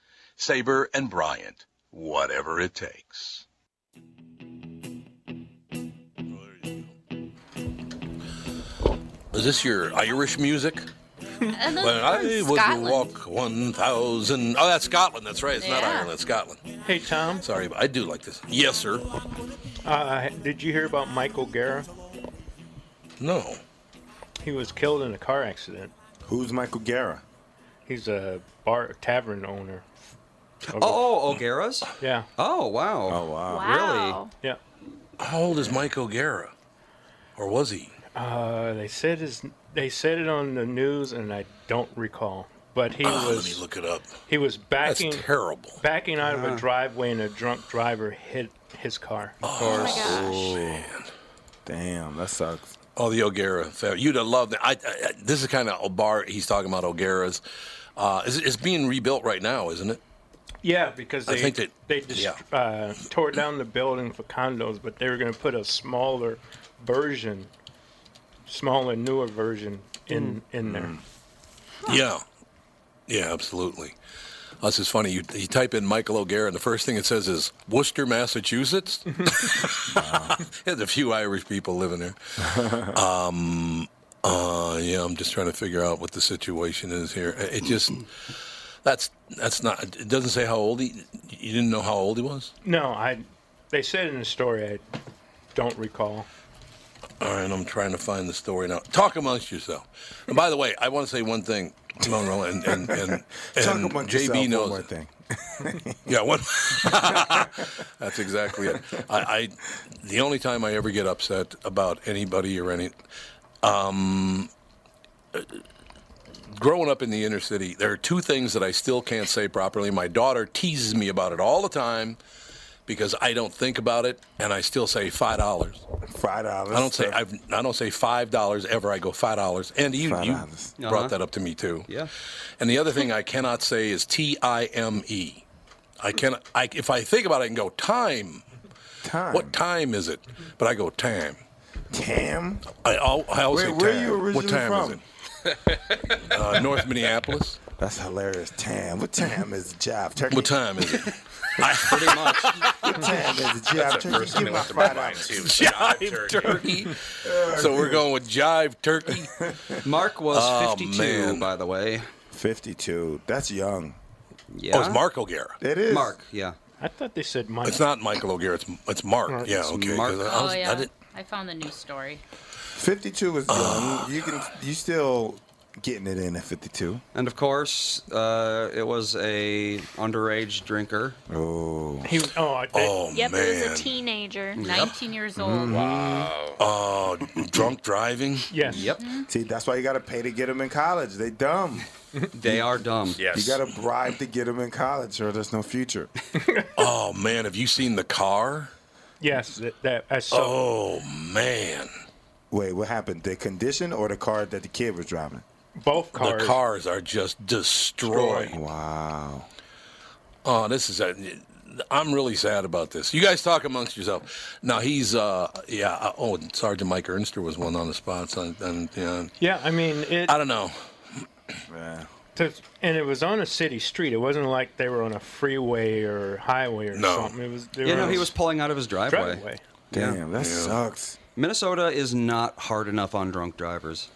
[SPEAKER 1] Sabre and Bryant, whatever it takes. Is this your Irish music?
[SPEAKER 3] And then
[SPEAKER 1] when I
[SPEAKER 3] from
[SPEAKER 1] was
[SPEAKER 3] Scotland.
[SPEAKER 1] walk 1,000. Oh, that's Scotland. That's right. It's not
[SPEAKER 4] Yeah.
[SPEAKER 1] Ireland. It's Scotland.
[SPEAKER 4] Hey, Tom.
[SPEAKER 1] Sorry, but I do like this. Yes, sir.
[SPEAKER 4] Uh, did you hear about Michael Guerra?
[SPEAKER 1] No.
[SPEAKER 4] He was killed in a car accident.
[SPEAKER 2] Who's Michael Guerra?
[SPEAKER 4] He's a bar tavern owner.
[SPEAKER 7] Oh, oh, O'Gara's?
[SPEAKER 4] Yeah.
[SPEAKER 7] Oh, wow.
[SPEAKER 2] Oh, wow.
[SPEAKER 4] Wow. Really?
[SPEAKER 1] How old is Mike O'Gara? Or was he?
[SPEAKER 4] Uh, they said his, they said it on the news, and I don't recall. But he
[SPEAKER 1] Ah, let
[SPEAKER 4] was.
[SPEAKER 1] me look it up.
[SPEAKER 4] He was backing.
[SPEAKER 1] terrible.
[SPEAKER 4] Backing out of
[SPEAKER 1] Ah.
[SPEAKER 4] a driveway, and a drunk driver hit his car.
[SPEAKER 1] Oh, man.
[SPEAKER 2] Damn, that sucks.
[SPEAKER 1] Oh, the O'Gara. fam- You'd have loved it. I, I, this is kind of a bar he's talking about O'Gara's. Uh, it's, it's being rebuilt right now, isn't it?
[SPEAKER 4] Yeah, because
[SPEAKER 1] I
[SPEAKER 4] they
[SPEAKER 1] think that-
[SPEAKER 4] they just
[SPEAKER 1] yeah.
[SPEAKER 4] uh, tore down the building for condos, but they were going to put a smaller version, smaller, newer version in
[SPEAKER 7] Mm.
[SPEAKER 4] in
[SPEAKER 1] Mm.
[SPEAKER 4] there.
[SPEAKER 1] Yeah. Yeah, absolutely. This is funny. You, you type in Michael O'Gara, and the first thing it says is Worcester, Massachusetts. There's a few Irish people living there. Um, uh, yeah, I'm just trying to figure out what the situation is here. It it just that's that's not. It doesn't say how old he. You didn't know how old he was.
[SPEAKER 4] No, I. They said in the story. I don't recall.
[SPEAKER 1] All right, I'm trying to find the story now. Talk amongst yourself. And by the way, I want to say one thing, Monroe and and and, and
[SPEAKER 2] Talk amongst
[SPEAKER 1] JB
[SPEAKER 2] yourself one
[SPEAKER 1] knows
[SPEAKER 2] more
[SPEAKER 1] it.
[SPEAKER 2] thing.
[SPEAKER 1] Yeah, one. That's exactly it. I, I, the only time I ever get upset about anybody or any, um, uh, growing up in the inner city, there are two things that I still can't say properly. My daughter teases me about it all the time because I don't think about it, and I still say five dollars.
[SPEAKER 2] Five dollars.
[SPEAKER 1] I don't say I've, I don't say five dollars ever. I go five dollars. And you, you
[SPEAKER 2] $5.
[SPEAKER 1] brought
[SPEAKER 2] Uh-huh.
[SPEAKER 1] that up to me too.
[SPEAKER 7] Yeah.
[SPEAKER 1] And the other thing I cannot say is T I M E. I can I if I think about it, I can go time.
[SPEAKER 2] Time.
[SPEAKER 1] What time is it? But I go time.
[SPEAKER 2] Tam?
[SPEAKER 1] I, al- I always
[SPEAKER 2] Where-
[SPEAKER 1] say
[SPEAKER 2] where
[SPEAKER 1] time.
[SPEAKER 2] you
[SPEAKER 1] what
[SPEAKER 2] originally
[SPEAKER 1] time
[SPEAKER 2] from?
[SPEAKER 1] is it? uh, North Minneapolis.
[SPEAKER 2] That's hilarious. Tam. What time is the job? Turkey.
[SPEAKER 1] What time is it?
[SPEAKER 7] Pretty much.
[SPEAKER 10] Oh,
[SPEAKER 2] What time is the job?
[SPEAKER 9] That's the
[SPEAKER 2] Turkey.
[SPEAKER 9] first thing
[SPEAKER 2] Give
[SPEAKER 9] that
[SPEAKER 2] my
[SPEAKER 9] went through my
[SPEAKER 2] five
[SPEAKER 9] mind
[SPEAKER 2] dollars.
[SPEAKER 9] too.
[SPEAKER 1] Jive turkey. so we're going with jive turkey.
[SPEAKER 7] Mark was
[SPEAKER 1] Oh,
[SPEAKER 7] 52,
[SPEAKER 1] man.
[SPEAKER 7] by the way.
[SPEAKER 2] 52. That's young.
[SPEAKER 7] Yeah.
[SPEAKER 1] Oh, it's Mark O'Gara.
[SPEAKER 2] It is.
[SPEAKER 7] Mark, yeah.
[SPEAKER 4] I thought they said Mike.
[SPEAKER 1] It's not Michael O'Gara. It's, it's Mark. Yeah,
[SPEAKER 7] It's
[SPEAKER 1] okay.
[SPEAKER 7] Mark.
[SPEAKER 1] 'cause I
[SPEAKER 3] Oh
[SPEAKER 1] was- I
[SPEAKER 3] yeah,
[SPEAKER 1] did-
[SPEAKER 3] I found the news story.
[SPEAKER 2] 52 is young. you can you still getting it in at 52.
[SPEAKER 7] And of course, uh, it was a underage drinker.
[SPEAKER 2] Oh.
[SPEAKER 4] He was, oh, I think.
[SPEAKER 10] Yep, it was a teenager.
[SPEAKER 3] 19 years old.
[SPEAKER 2] Mm-hmm.
[SPEAKER 10] Mm-hmm.
[SPEAKER 1] Wow. Oh, drunk driving?
[SPEAKER 4] Yes.
[SPEAKER 7] Yep.
[SPEAKER 2] See, that's why you got to pay to get them in college. They dumb.
[SPEAKER 7] They are dumb.
[SPEAKER 9] Yes.
[SPEAKER 2] You got to bribe to get them in college, or there's no future.
[SPEAKER 1] Oh, man. Have you seen the car?
[SPEAKER 4] Yes, that, that I saw.
[SPEAKER 1] Oh, man.
[SPEAKER 2] Wait, what happened? The condition or the car that the kid was driving?
[SPEAKER 4] Both cars.
[SPEAKER 1] The cars are just destroyed.
[SPEAKER 2] Wow.
[SPEAKER 1] Oh, this is a. I'm really sad about this. You guys talk amongst yourself. Now he's, uh, yeah. uh, Oh, and Sergeant Mike Ernster was one on the spots, and, and yeah,
[SPEAKER 4] Yeah, I mean it.
[SPEAKER 1] I don't know.
[SPEAKER 2] Yeah.
[SPEAKER 4] To, and it was on a city street. It wasn't like they were on a freeway or highway or
[SPEAKER 7] No.
[SPEAKER 4] something. It was. They
[SPEAKER 7] You
[SPEAKER 4] were
[SPEAKER 7] know,
[SPEAKER 4] on
[SPEAKER 7] he
[SPEAKER 4] a
[SPEAKER 7] was pulling out of his driveway.
[SPEAKER 4] driveway.
[SPEAKER 2] Damn, that
[SPEAKER 1] Yeah.
[SPEAKER 2] sucks.
[SPEAKER 7] Minnesota is not hard enough on drunk drivers.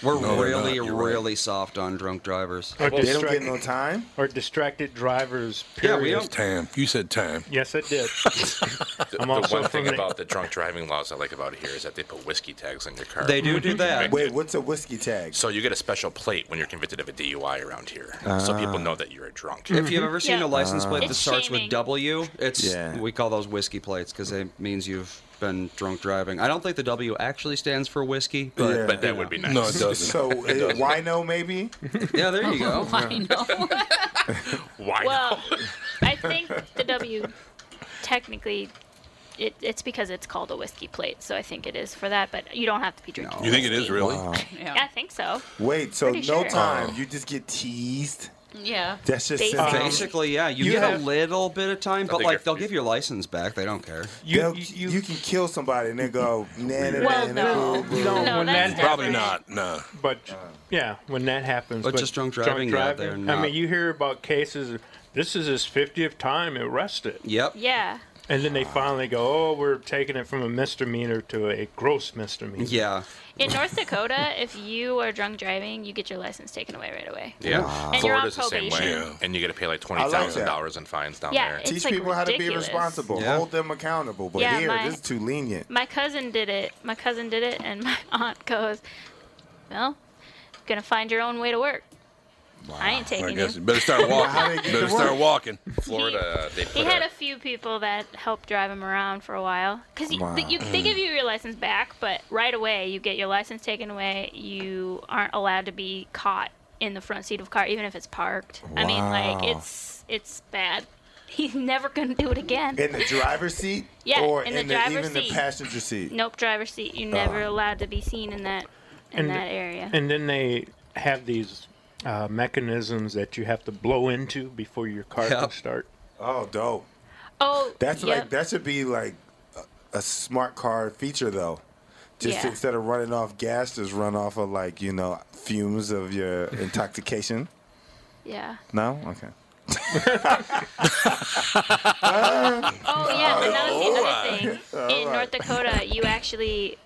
[SPEAKER 7] We're
[SPEAKER 2] No, they're
[SPEAKER 7] really,
[SPEAKER 2] not. You're right.
[SPEAKER 7] really soft on drunk drivers.
[SPEAKER 4] Or They don't get distracted-
[SPEAKER 2] no time.
[SPEAKER 4] Or distracted drivers.
[SPEAKER 7] Yeah,
[SPEAKER 4] Period.
[SPEAKER 7] we don't-
[SPEAKER 1] Tam. You said Tam.
[SPEAKER 4] Yes, I did.
[SPEAKER 9] The,
[SPEAKER 4] I'm
[SPEAKER 9] the
[SPEAKER 4] also
[SPEAKER 9] one thing
[SPEAKER 4] from the-
[SPEAKER 9] about the drunk driving laws I like about here is that they put whiskey tags on your car.
[SPEAKER 2] Wait, what's a whiskey tag?
[SPEAKER 9] So you get a special plate when you're convicted of a DUI around here,
[SPEAKER 2] Ah.
[SPEAKER 9] so people know that you're a drunk.
[SPEAKER 7] If you've ever seen a license plate that
[SPEAKER 9] It's
[SPEAKER 7] starts
[SPEAKER 9] shaming.
[SPEAKER 7] with W, it's
[SPEAKER 9] Yeah.
[SPEAKER 7] we call those whiskey plates because it means you've been drunk driving. I don't think the W actually stands for whiskey, but,
[SPEAKER 2] Yeah. But that would be
[SPEAKER 7] nice.
[SPEAKER 2] No, it doesn't. So, It uh, doesn't. wino maybe?
[SPEAKER 7] yeah, there you go.
[SPEAKER 9] Why?
[SPEAKER 10] well, I think the W technically. It, it's because it's called a whiskey plate, so I think it is for that. But you don't have to be drinking.
[SPEAKER 1] You think it is really?
[SPEAKER 2] Wow.
[SPEAKER 10] Yeah, I think so.
[SPEAKER 2] Wait, so
[SPEAKER 10] Pretty
[SPEAKER 2] no
[SPEAKER 10] sure.
[SPEAKER 7] Oh.
[SPEAKER 2] time. You just get teased.
[SPEAKER 10] Yeah.
[SPEAKER 2] That's just
[SPEAKER 10] Basically.
[SPEAKER 2] sitting there.
[SPEAKER 7] Basically, yeah, you,
[SPEAKER 2] You
[SPEAKER 7] get
[SPEAKER 2] have-
[SPEAKER 7] a little bit of time, but
[SPEAKER 2] think
[SPEAKER 7] like they'll give your license back. They don't care.
[SPEAKER 2] They'll- You, can kill somebody and then go, nah, nah,
[SPEAKER 4] Well,
[SPEAKER 2] nah,
[SPEAKER 4] no.
[SPEAKER 2] nah, boo, boo.
[SPEAKER 4] No, No, when that's that-
[SPEAKER 1] Probably not. No.
[SPEAKER 4] But yeah, when that happens.
[SPEAKER 7] But just drunk driving, yeah, they're
[SPEAKER 4] I
[SPEAKER 7] not-
[SPEAKER 4] mean, you hear about cases. This is his 50th time arrested.
[SPEAKER 7] Yep.
[SPEAKER 10] Yeah.
[SPEAKER 4] And then they finally go, oh, we're taking it from a misdemeanor to a gross misdemeanor.
[SPEAKER 7] Yeah.
[SPEAKER 10] In North Dakota, if you are drunk driving, you get your license taken away right away.
[SPEAKER 9] Yeah,
[SPEAKER 10] Wow. And you're on
[SPEAKER 9] Florida's the same way,
[SPEAKER 10] probation.
[SPEAKER 9] and you got to pay like
[SPEAKER 2] I
[SPEAKER 9] twenty
[SPEAKER 2] like
[SPEAKER 9] thousand dollars
[SPEAKER 2] that.
[SPEAKER 9] in fines down
[SPEAKER 10] Yeah,
[SPEAKER 9] there.
[SPEAKER 10] it's
[SPEAKER 2] Teach people how to be
[SPEAKER 10] ridiculous.
[SPEAKER 2] responsible.
[SPEAKER 9] Yeah.
[SPEAKER 2] Hold them accountable. But
[SPEAKER 10] Yeah,
[SPEAKER 2] here,
[SPEAKER 10] my-
[SPEAKER 2] this is too lenient.
[SPEAKER 10] My cousin did it. My cousin did it, and my aunt goes, "Well, gonna find your own way to work. I ain't taking
[SPEAKER 1] I
[SPEAKER 10] you."
[SPEAKER 1] guess you better start walking. better start walking.
[SPEAKER 9] Florida, they
[SPEAKER 10] He had a few people that helped drive him around for a while. Because
[SPEAKER 1] Wow.
[SPEAKER 10] you, they give you your license back, but right away you get your license taken away. You aren't allowed to be caught in the front seat of a car, even if it's parked. I mean, like,
[SPEAKER 2] Wow.
[SPEAKER 10] it's it's bad. He's never going to do it again.
[SPEAKER 2] In the driver's seat?
[SPEAKER 10] Yeah,
[SPEAKER 2] or
[SPEAKER 10] in the
[SPEAKER 2] even
[SPEAKER 10] driver's
[SPEAKER 2] the
[SPEAKER 10] seat.
[SPEAKER 2] passenger seat?
[SPEAKER 10] Nope, driver's seat. You're never
[SPEAKER 4] Ugh.
[SPEAKER 10] allowed to be seen in that in that area.
[SPEAKER 4] And then they have these uh, mechanisms that you have to blow into before your car can start.
[SPEAKER 2] Oh, dope.
[SPEAKER 10] oh,
[SPEAKER 2] That's
[SPEAKER 10] yep.
[SPEAKER 2] like that should be like a, a smart car feature though. Just
[SPEAKER 10] Yeah.
[SPEAKER 2] instead of running off gas, just run off of like you know fumes of your intoxication.
[SPEAKER 10] yeah.
[SPEAKER 2] No, okay.
[SPEAKER 10] Oh yeah, but that was the other
[SPEAKER 2] Alright.
[SPEAKER 10] thing. In North
[SPEAKER 2] Alright.
[SPEAKER 10] Dakota, you actually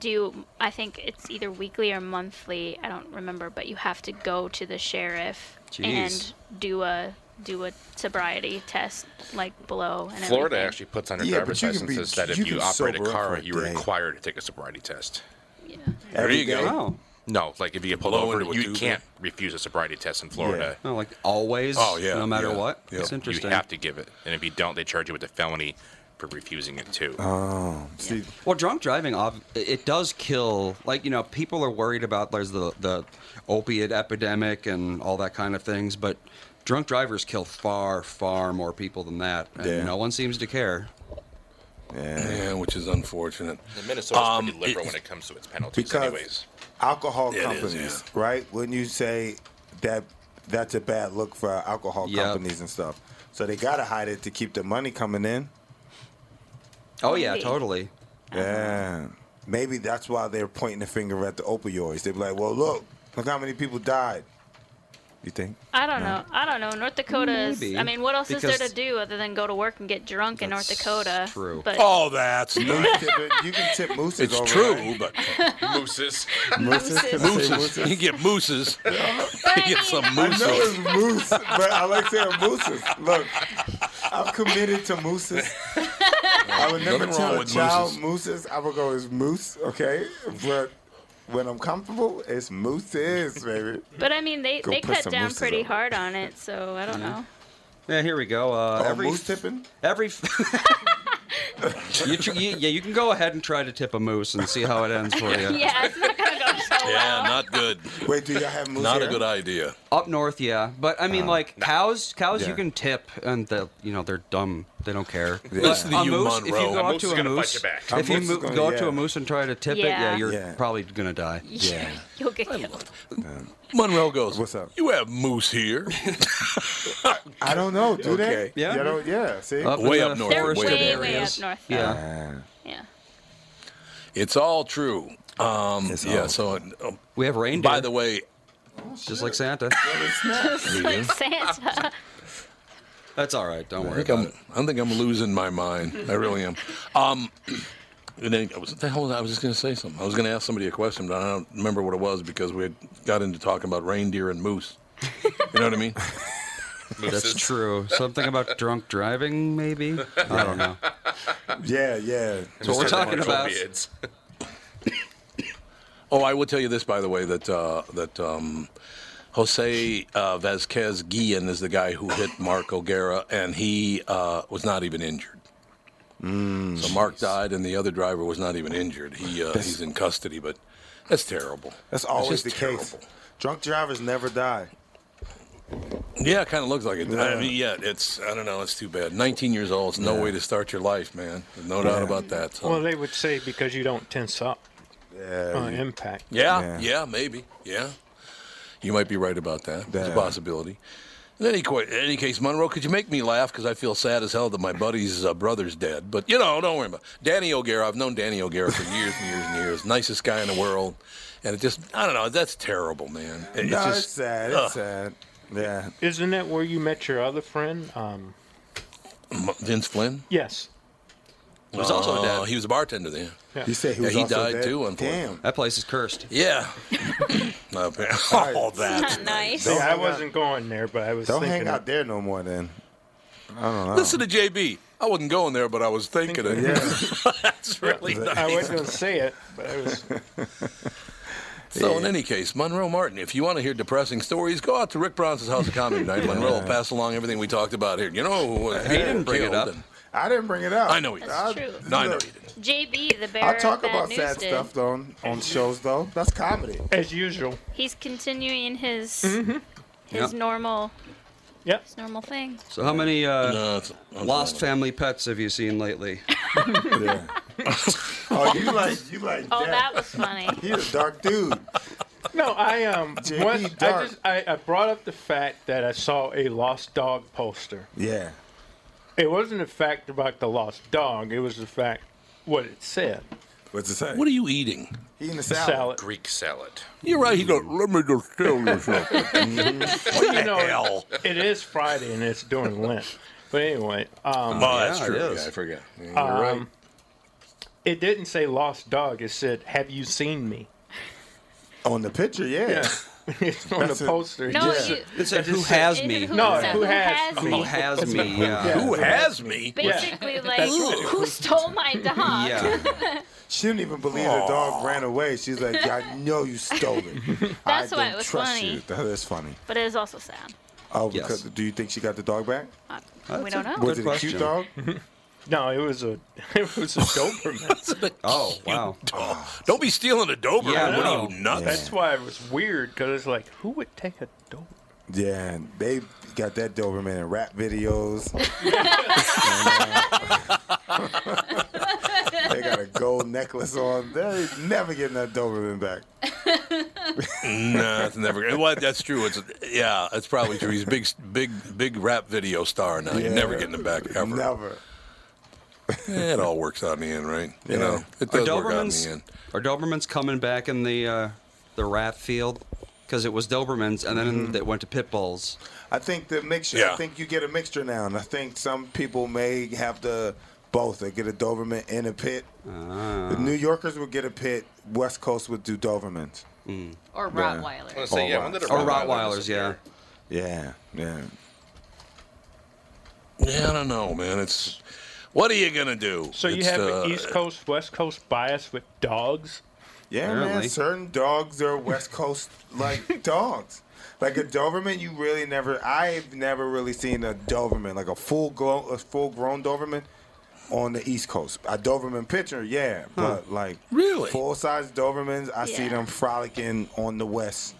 [SPEAKER 10] do. I think it's either weekly or monthly. I don't remember, but you have to go to the sheriff
[SPEAKER 9] Jeez.
[SPEAKER 10] and do a do a sobriety test, like blow. And
[SPEAKER 9] Florida
[SPEAKER 10] everything.
[SPEAKER 9] actually puts on their
[SPEAKER 10] Yeah,
[SPEAKER 9] driver's
[SPEAKER 10] but you can be-
[SPEAKER 9] licenses that if
[SPEAKER 2] you
[SPEAKER 9] you
[SPEAKER 2] can
[SPEAKER 9] operate a
[SPEAKER 2] sober up for
[SPEAKER 9] car,
[SPEAKER 2] a
[SPEAKER 9] you are
[SPEAKER 2] day.
[SPEAKER 9] required to take a sobriety test.
[SPEAKER 2] There Every you go. day? Wow.
[SPEAKER 9] No, like if you get pulled
[SPEAKER 1] Oh. Blow
[SPEAKER 9] over,
[SPEAKER 1] into a
[SPEAKER 9] you
[SPEAKER 1] tube.
[SPEAKER 9] can't refuse a sobriety test in Florida.
[SPEAKER 7] No, like always.
[SPEAKER 9] Oh yeah,
[SPEAKER 7] No matter
[SPEAKER 9] yeah,
[SPEAKER 7] what.
[SPEAKER 9] yeah.
[SPEAKER 7] It's interesting.
[SPEAKER 9] You have to give it, and if you don't, they charge you with a felony for refusing it too.
[SPEAKER 2] Oh, see,
[SPEAKER 7] Well, drunk driving, ob- it does kill. Like you know, people are worried about there's the the opiate epidemic and all that kind of things, but drunk drivers kill far far more people than that, and
[SPEAKER 1] Yeah.
[SPEAKER 7] no one seems to care.
[SPEAKER 1] Yeah, which is unfortunate.
[SPEAKER 9] And Minnesota's
[SPEAKER 1] Um,
[SPEAKER 9] pretty liberal
[SPEAKER 1] it-
[SPEAKER 9] when it comes to its penalties,
[SPEAKER 2] because
[SPEAKER 9] anyways.
[SPEAKER 2] alcohol
[SPEAKER 1] It is,
[SPEAKER 2] companies, right? Wouldn't you say that that's a bad look for alcohol
[SPEAKER 7] Yep.
[SPEAKER 2] companies and stuff? So they gotta hide it to keep the money coming in.
[SPEAKER 7] Oh yeah, totally.
[SPEAKER 2] Uh-huh. Yeah. Maybe that's why they're pointing the finger at the opioids. They'd be like, well, look, look how many people died. You think?
[SPEAKER 10] I don't know. I don't know. North Dakota is.
[SPEAKER 2] Maybe,
[SPEAKER 10] I mean, what else is there
[SPEAKER 2] because-
[SPEAKER 10] to do other than go to work and get drunk in North Dakota? But
[SPEAKER 1] oh, that's
[SPEAKER 2] You can
[SPEAKER 1] not.
[SPEAKER 2] tip it- you can tip mooses
[SPEAKER 1] It's
[SPEAKER 2] over that.
[SPEAKER 1] true, but
[SPEAKER 9] mooses.
[SPEAKER 2] Mooses? Can I say
[SPEAKER 1] Mooses.
[SPEAKER 2] mooses?
[SPEAKER 1] You get mooses. you get some
[SPEAKER 2] Oh, I know it's moose,
[SPEAKER 1] mooses.
[SPEAKER 2] but I like saying mooses. Look, I'm committed to mooses. I would never
[SPEAKER 1] Nothing wrong
[SPEAKER 2] tell a
[SPEAKER 1] with
[SPEAKER 2] child mooses. I would go as moose, okay? But when I'm comfortable, it's mooses, baby.
[SPEAKER 10] but I mean, they
[SPEAKER 2] Go
[SPEAKER 10] they
[SPEAKER 2] put
[SPEAKER 10] cut
[SPEAKER 2] some
[SPEAKER 10] down
[SPEAKER 2] mooses
[SPEAKER 10] pretty
[SPEAKER 2] over.
[SPEAKER 10] hard on it, so I don't
[SPEAKER 7] Yeah.
[SPEAKER 10] know.
[SPEAKER 7] Yeah, here we go. Uh,
[SPEAKER 2] Oh,
[SPEAKER 7] every
[SPEAKER 2] moose tipping?
[SPEAKER 7] Every. you, tr- you, yeah, you can go ahead and try to tip a moose and see how it ends for you.
[SPEAKER 10] Yeah, it's not gonna go so
[SPEAKER 1] Yeah, not good.
[SPEAKER 2] Wait, do y'all have moose
[SPEAKER 1] Not a
[SPEAKER 2] here? Ah.
[SPEAKER 1] good idea.
[SPEAKER 7] Up north, yeah, but I mean, like cows. Cows
[SPEAKER 1] Yeah.
[SPEAKER 7] you can tip, and they you know they're dumb. They don't care.
[SPEAKER 1] Yeah.
[SPEAKER 7] But
[SPEAKER 1] Listen to
[SPEAKER 7] a
[SPEAKER 1] you,
[SPEAKER 7] moose, If you
[SPEAKER 1] Monroe.
[SPEAKER 7] go
[SPEAKER 1] A
[SPEAKER 7] up
[SPEAKER 1] moose
[SPEAKER 7] to
[SPEAKER 1] is
[SPEAKER 7] a
[SPEAKER 1] gonna bite
[SPEAKER 7] moose,
[SPEAKER 1] your back.
[SPEAKER 7] if
[SPEAKER 1] A
[SPEAKER 7] you
[SPEAKER 1] moose is
[SPEAKER 7] mo-
[SPEAKER 1] gonna-
[SPEAKER 7] go up to
[SPEAKER 1] yeah.
[SPEAKER 7] a moose and try to tip it,
[SPEAKER 1] Yeah.
[SPEAKER 7] yeah, you're
[SPEAKER 1] Yeah.
[SPEAKER 7] probably gonna die.
[SPEAKER 1] Yeah.
[SPEAKER 10] You'll get killed.
[SPEAKER 1] Monroe goes. What's up? You have moose here.
[SPEAKER 2] I don't know. Do
[SPEAKER 1] Okay.
[SPEAKER 2] they?
[SPEAKER 1] Yeah.
[SPEAKER 2] Y'all don't- yeah, see?
[SPEAKER 1] Up Way in up the north,
[SPEAKER 10] They're
[SPEAKER 1] way up
[SPEAKER 10] way,
[SPEAKER 1] north.
[SPEAKER 10] way up
[SPEAKER 1] Areas.
[SPEAKER 10] north. though.
[SPEAKER 1] Yeah.
[SPEAKER 2] Ah.
[SPEAKER 10] Yeah.
[SPEAKER 1] It's all true. Um, yeah. So uh,
[SPEAKER 7] we have reindeer.
[SPEAKER 1] By the way,
[SPEAKER 7] just like Santa.
[SPEAKER 10] Just like Santa.
[SPEAKER 7] That's all right. Don't
[SPEAKER 1] I
[SPEAKER 7] worry
[SPEAKER 1] think
[SPEAKER 7] about
[SPEAKER 1] I'm, I think I'm losing my mind. I really am. Um, And then I was, the hell, was I I was just going to say something. I was going to ask somebody a question, but I don't remember what it was because we had got into talking about reindeer and moose. You know what I mean?
[SPEAKER 7] That's true. Something about drunk driving, maybe. I don't know.
[SPEAKER 2] Yeah, yeah.
[SPEAKER 7] That's what we're talking about.
[SPEAKER 1] Oh, I will tell you this, by the way, that uh, that um, Jose uh, Vasquez Guillen is the guy who hit Mark O'Gara, and he uh, was not even injured.
[SPEAKER 2] Mm-hmm.
[SPEAKER 1] so Mark died, and the other driver was not even injured. He uh, he's in custody, but that's terrible.
[SPEAKER 2] That's always
[SPEAKER 1] just
[SPEAKER 2] the
[SPEAKER 1] terrible.
[SPEAKER 2] case. Drunk drivers never die.
[SPEAKER 1] Yeah, it kind of looks like it. I
[SPEAKER 2] Yeah.
[SPEAKER 1] mean, yeah, it's I don't know. It's too bad. 19 years old. It's no
[SPEAKER 2] Yeah.
[SPEAKER 1] way to start your life, man. There's no doubt
[SPEAKER 4] Yeah.
[SPEAKER 1] about that. So.
[SPEAKER 4] Well, they would say because you don't tense up
[SPEAKER 2] yeah,
[SPEAKER 4] on Oh, impact.
[SPEAKER 1] Yeah, yeah, maybe. Yeah. You might be right about that. It's a possibility. In any, qu- in any case, Monroe, could you make me laugh? Because I feel sad as hell that my buddy's uh, brother's dead. But, you know, don't worry about it. Danny O'Gara, I've known Danny O'Gara for years and years and years. Nicest guy in the world. And it just, I don't know, that's terrible, man. It-
[SPEAKER 2] no,
[SPEAKER 1] just,
[SPEAKER 2] it's sad. It's
[SPEAKER 1] ugh.
[SPEAKER 2] sad. Yeah.
[SPEAKER 4] Isn't that where you met your other friend? Um,
[SPEAKER 1] M- Vince Flynn?
[SPEAKER 4] yes.
[SPEAKER 1] He was
[SPEAKER 7] Oh.
[SPEAKER 1] also dead. He was a bartender there.
[SPEAKER 4] Yeah. You said he
[SPEAKER 1] yeah,
[SPEAKER 4] was
[SPEAKER 1] he
[SPEAKER 4] also
[SPEAKER 1] died
[SPEAKER 4] dead?
[SPEAKER 1] too, unfortunately.
[SPEAKER 4] Damn.
[SPEAKER 7] That place is cursed.
[SPEAKER 1] Yeah. All oh, that.
[SPEAKER 10] nice.
[SPEAKER 4] See, I wasn't going there, but I was
[SPEAKER 2] Don't
[SPEAKER 4] thinking.
[SPEAKER 2] hang out there no more then. I don't know.
[SPEAKER 1] Listen to JB. I wasn't going there, but I was thinking it. That's really nice.
[SPEAKER 4] I wasn't going to say it, but I was.
[SPEAKER 1] So in any case, Monroe Martin, if you want to hear depressing stories, go out to Rick Bronson's House of Comedy tonight. Monroe will pass along everything we talked about here. You know, who was
[SPEAKER 7] He didn't bring it
[SPEAKER 1] killed
[SPEAKER 7] up.
[SPEAKER 1] and-
[SPEAKER 2] I didn't bring it up.
[SPEAKER 1] I know he
[SPEAKER 10] That's
[SPEAKER 1] did.
[SPEAKER 10] true.
[SPEAKER 1] No, I know he
[SPEAKER 10] JB, the bear.
[SPEAKER 2] I talk about sad stuff though on, on shows though. That's comedy.
[SPEAKER 4] As usual.
[SPEAKER 10] He's continuing his
[SPEAKER 2] Mm-hmm.
[SPEAKER 10] his
[SPEAKER 7] Yeah.
[SPEAKER 10] normal.
[SPEAKER 4] Yep.
[SPEAKER 10] His normal thing.
[SPEAKER 7] So, how many uh,
[SPEAKER 1] I'm
[SPEAKER 7] lost family pets have you seen lately?
[SPEAKER 2] Oh, you like you like
[SPEAKER 10] Oh,
[SPEAKER 2] that.
[SPEAKER 10] that was funny.
[SPEAKER 2] He's a dark dude.
[SPEAKER 4] No, I um.
[SPEAKER 2] JB
[SPEAKER 4] once, I
[SPEAKER 2] Dark.
[SPEAKER 4] just I, I brought up the fact that I saw a lost dog poster.
[SPEAKER 2] Yeah.
[SPEAKER 4] It wasn't a fact about the lost dog. It was the fact what it said.
[SPEAKER 2] What's it say?
[SPEAKER 1] What are you eating?
[SPEAKER 2] He in the
[SPEAKER 4] salad.
[SPEAKER 2] salad.
[SPEAKER 9] Greek salad.
[SPEAKER 1] You're right. He goes, let me just tell you something.
[SPEAKER 4] Well, you know, it is Friday and it's during Lent. But anyway, um,
[SPEAKER 1] Oh, that's
[SPEAKER 7] Yeah, it
[SPEAKER 1] true.
[SPEAKER 7] is.
[SPEAKER 1] Yeah, I forget. You're
[SPEAKER 4] um,
[SPEAKER 1] right.
[SPEAKER 4] it didn't say lost dog. It said, "Have you seen me?"
[SPEAKER 2] On the picture, yeah.
[SPEAKER 4] it's on
[SPEAKER 2] That's
[SPEAKER 4] the
[SPEAKER 2] a-
[SPEAKER 4] poster.
[SPEAKER 10] No,
[SPEAKER 2] Yeah.
[SPEAKER 10] you.
[SPEAKER 7] It said, "Who has me?"
[SPEAKER 10] Who,
[SPEAKER 4] No,
[SPEAKER 10] said-
[SPEAKER 4] who has
[SPEAKER 10] has
[SPEAKER 4] me?
[SPEAKER 7] Who
[SPEAKER 10] me?
[SPEAKER 7] has me? Yeah.
[SPEAKER 1] Who has me?
[SPEAKER 10] Basically, like,
[SPEAKER 4] That's what
[SPEAKER 10] who stole my dog?
[SPEAKER 7] Yeah.
[SPEAKER 2] She didn't even believe the dog ran away. She's like, I know you stole it.
[SPEAKER 10] That's
[SPEAKER 2] I
[SPEAKER 10] why
[SPEAKER 2] don't
[SPEAKER 10] it was
[SPEAKER 2] trust
[SPEAKER 10] funny.
[SPEAKER 2] you. That is funny.
[SPEAKER 10] But it is also sad.
[SPEAKER 2] Oh,
[SPEAKER 7] Yes.
[SPEAKER 2] because do you think she got the dog back?
[SPEAKER 10] Uh, we
[SPEAKER 7] That's
[SPEAKER 10] don't
[SPEAKER 7] a-
[SPEAKER 10] know.
[SPEAKER 2] Was
[SPEAKER 7] Good
[SPEAKER 2] it a cute
[SPEAKER 7] question.
[SPEAKER 2] dog?
[SPEAKER 4] No, it was a it was a Doberman.
[SPEAKER 7] Oh wow.
[SPEAKER 1] Oh, don't be stealing a Doberman.
[SPEAKER 7] Yeah,
[SPEAKER 1] what
[SPEAKER 7] no.
[SPEAKER 1] are you, nuts?
[SPEAKER 4] That's why it was weird because it's like, who would take a Doberman?
[SPEAKER 2] Yeah, and they got that Doberman in rap videos. they got a gold necklace on. They ain't never getting that Doberman back.
[SPEAKER 1] no, it's never. Well, that's true. It's yeah, that's probably true. He's a big, big, big rap video star now. You're
[SPEAKER 2] Yeah.
[SPEAKER 1] never getting him back ever.
[SPEAKER 2] Never.
[SPEAKER 1] Eh, it all works out in the end, right? You
[SPEAKER 2] Yeah.
[SPEAKER 1] know, it
[SPEAKER 7] Are
[SPEAKER 1] does work out in the
[SPEAKER 7] Dobermans
[SPEAKER 1] end.
[SPEAKER 7] are Dobermans coming back in the uh, the rat field? Because it was Dobermans, and
[SPEAKER 1] Mm-hmm.
[SPEAKER 7] then it went to pit bulls.
[SPEAKER 2] I think the mixture.
[SPEAKER 1] Yeah.
[SPEAKER 2] I think you get a mixture now, and I think some people may have to both. They get a Doberman and a pit. The New Yorkers would get a pit. West Coast would do Dobermans.
[SPEAKER 3] Or
[SPEAKER 9] Mm. I
[SPEAKER 3] Rottweiler.
[SPEAKER 9] was gonna say, yeah, when did a
[SPEAKER 7] Or
[SPEAKER 9] Rottweiler
[SPEAKER 7] Rottweilers, yeah.
[SPEAKER 2] Yeah, yeah.
[SPEAKER 1] Yeah, I don't know, man. It's what are you gonna do?
[SPEAKER 4] So you
[SPEAKER 1] It's,
[SPEAKER 4] have
[SPEAKER 1] uh,
[SPEAKER 4] an East Coast West Coast bias with dogs.
[SPEAKER 2] Yeah,
[SPEAKER 7] Apparently.
[SPEAKER 2] man. Certain dogs are West Coast like dogs. Like a Doberman, you really never. I've never really seen a Doberman, like a full grown, a full grown Doberman, on the East Coast. A Doberman picture, yeah, but like
[SPEAKER 1] Really?
[SPEAKER 2] full size Dobermans, I see
[SPEAKER 10] Yeah.
[SPEAKER 2] them frolicking on the West.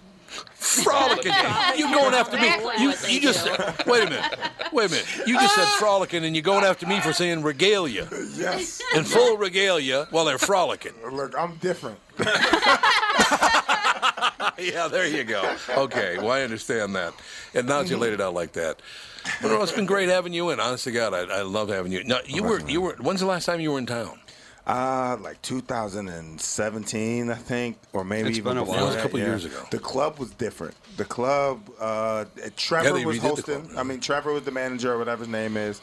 [SPEAKER 1] frolicking. You're going after me.
[SPEAKER 3] Exactly
[SPEAKER 1] You
[SPEAKER 3] what they
[SPEAKER 1] you just
[SPEAKER 3] do.
[SPEAKER 1] wait a minute. Wait a minute. You just said frolicking, and you're going after me for saying regalia
[SPEAKER 2] Yes,
[SPEAKER 1] in full regalia while they're frolicking.
[SPEAKER 2] look, I'm different.
[SPEAKER 1] yeah, there you go. Okay, well, I understand that. And now that you laid it out like that. But no, it's been great having you in. Honest to God, I, I love having you. Now,
[SPEAKER 2] Oh
[SPEAKER 1] you were, you were, when's the last time you were in town?
[SPEAKER 2] Uh, like 2017, I think, or maybe
[SPEAKER 7] It's
[SPEAKER 2] even
[SPEAKER 7] been a
[SPEAKER 2] before
[SPEAKER 7] while. It was
[SPEAKER 1] a
[SPEAKER 2] that,
[SPEAKER 1] couple
[SPEAKER 2] yeah.
[SPEAKER 1] years ago.
[SPEAKER 2] The club was different. The club, uh, Trevor
[SPEAKER 1] they
[SPEAKER 2] was
[SPEAKER 1] redid the
[SPEAKER 2] hosting.
[SPEAKER 1] club,
[SPEAKER 2] I mean, Trevor was the manager or whatever his name is.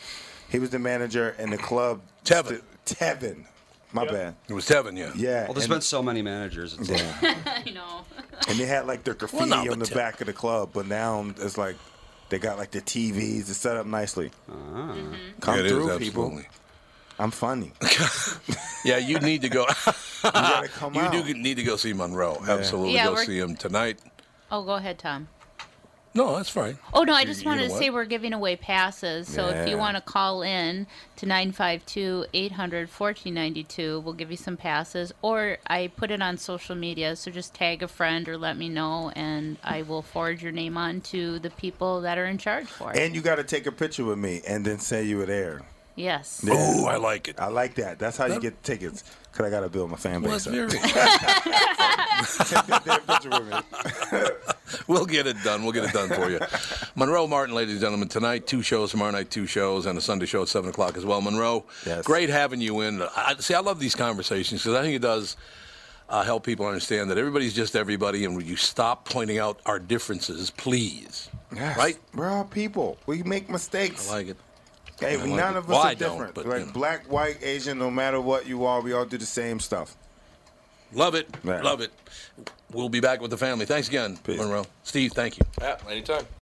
[SPEAKER 2] He was the manager, and the club.
[SPEAKER 1] Tevin.
[SPEAKER 2] Tevin. My bad.
[SPEAKER 1] It was Tevin, yeah.
[SPEAKER 2] Yeah.
[SPEAKER 7] Well, there's
[SPEAKER 2] and-
[SPEAKER 7] been so many managers. It's like,
[SPEAKER 3] I know.
[SPEAKER 2] And they had like their graffiti
[SPEAKER 7] no,
[SPEAKER 2] on
[SPEAKER 7] but
[SPEAKER 2] the
[SPEAKER 7] Tim-
[SPEAKER 2] back of the club, but now it's like they got like the TVs. It's set up nicely.
[SPEAKER 7] Ah.
[SPEAKER 2] Come
[SPEAKER 7] Mm-hmm.
[SPEAKER 1] Yeah, it is,
[SPEAKER 2] through, people.
[SPEAKER 1] absolutely.
[SPEAKER 2] I'm funny.
[SPEAKER 1] Yeah, you need to go. you
[SPEAKER 2] come
[SPEAKER 1] do need to go see Monroe. Absolutely,
[SPEAKER 3] Yeah,
[SPEAKER 1] go
[SPEAKER 3] we're-
[SPEAKER 1] see him tonight.
[SPEAKER 3] Oh, go ahead, Tom.
[SPEAKER 1] No, that's fine.
[SPEAKER 3] Oh, no, I
[SPEAKER 1] You-
[SPEAKER 3] just
[SPEAKER 1] you
[SPEAKER 3] wanted
[SPEAKER 1] know
[SPEAKER 3] to
[SPEAKER 1] what?
[SPEAKER 3] say we're giving away passes. So if you
[SPEAKER 1] Yeah.
[SPEAKER 3] want to call in to 952 800 1492, we'll give you some passes. Or I put it on social media. So just tag a friend or let me know, and I will forward your name on to the people that are in charge for it.
[SPEAKER 2] And you got to take a picture with me and then say you were there.
[SPEAKER 3] yes.
[SPEAKER 1] Oh, I like it.
[SPEAKER 2] I like that. That's how you get tickets. Cause I gotta build my fan
[SPEAKER 1] Well,
[SPEAKER 2] base.
[SPEAKER 1] that's
[SPEAKER 2] up.
[SPEAKER 1] very- we'll get it done. We'll get it done for you. Monroe Martin, ladies and gentlemen, tonight two shows, tomorrow night two shows, and a Sunday show at seven o'clock as well. Monroe, great having you in. I, see, I love these conversations because I think it does uh, help people understand that everybody's just everybody, and when you stop pointing out our differences, please.
[SPEAKER 2] Yes.
[SPEAKER 1] Right?
[SPEAKER 2] We're all people. We make mistakes.
[SPEAKER 1] I like it.
[SPEAKER 2] Hey,
[SPEAKER 1] I like
[SPEAKER 2] none
[SPEAKER 1] it.
[SPEAKER 2] of us
[SPEAKER 1] Well,
[SPEAKER 2] are
[SPEAKER 1] I don't,
[SPEAKER 2] different.
[SPEAKER 1] but,
[SPEAKER 2] like
[SPEAKER 1] you know.
[SPEAKER 2] black, white, Asian, no matter what you are, we all do the same stuff.
[SPEAKER 1] Love it.
[SPEAKER 2] Right.
[SPEAKER 1] Love it. We'll be back with the family. Thanks again, Monroe. Steve, thank you.
[SPEAKER 5] Yeah, anytime.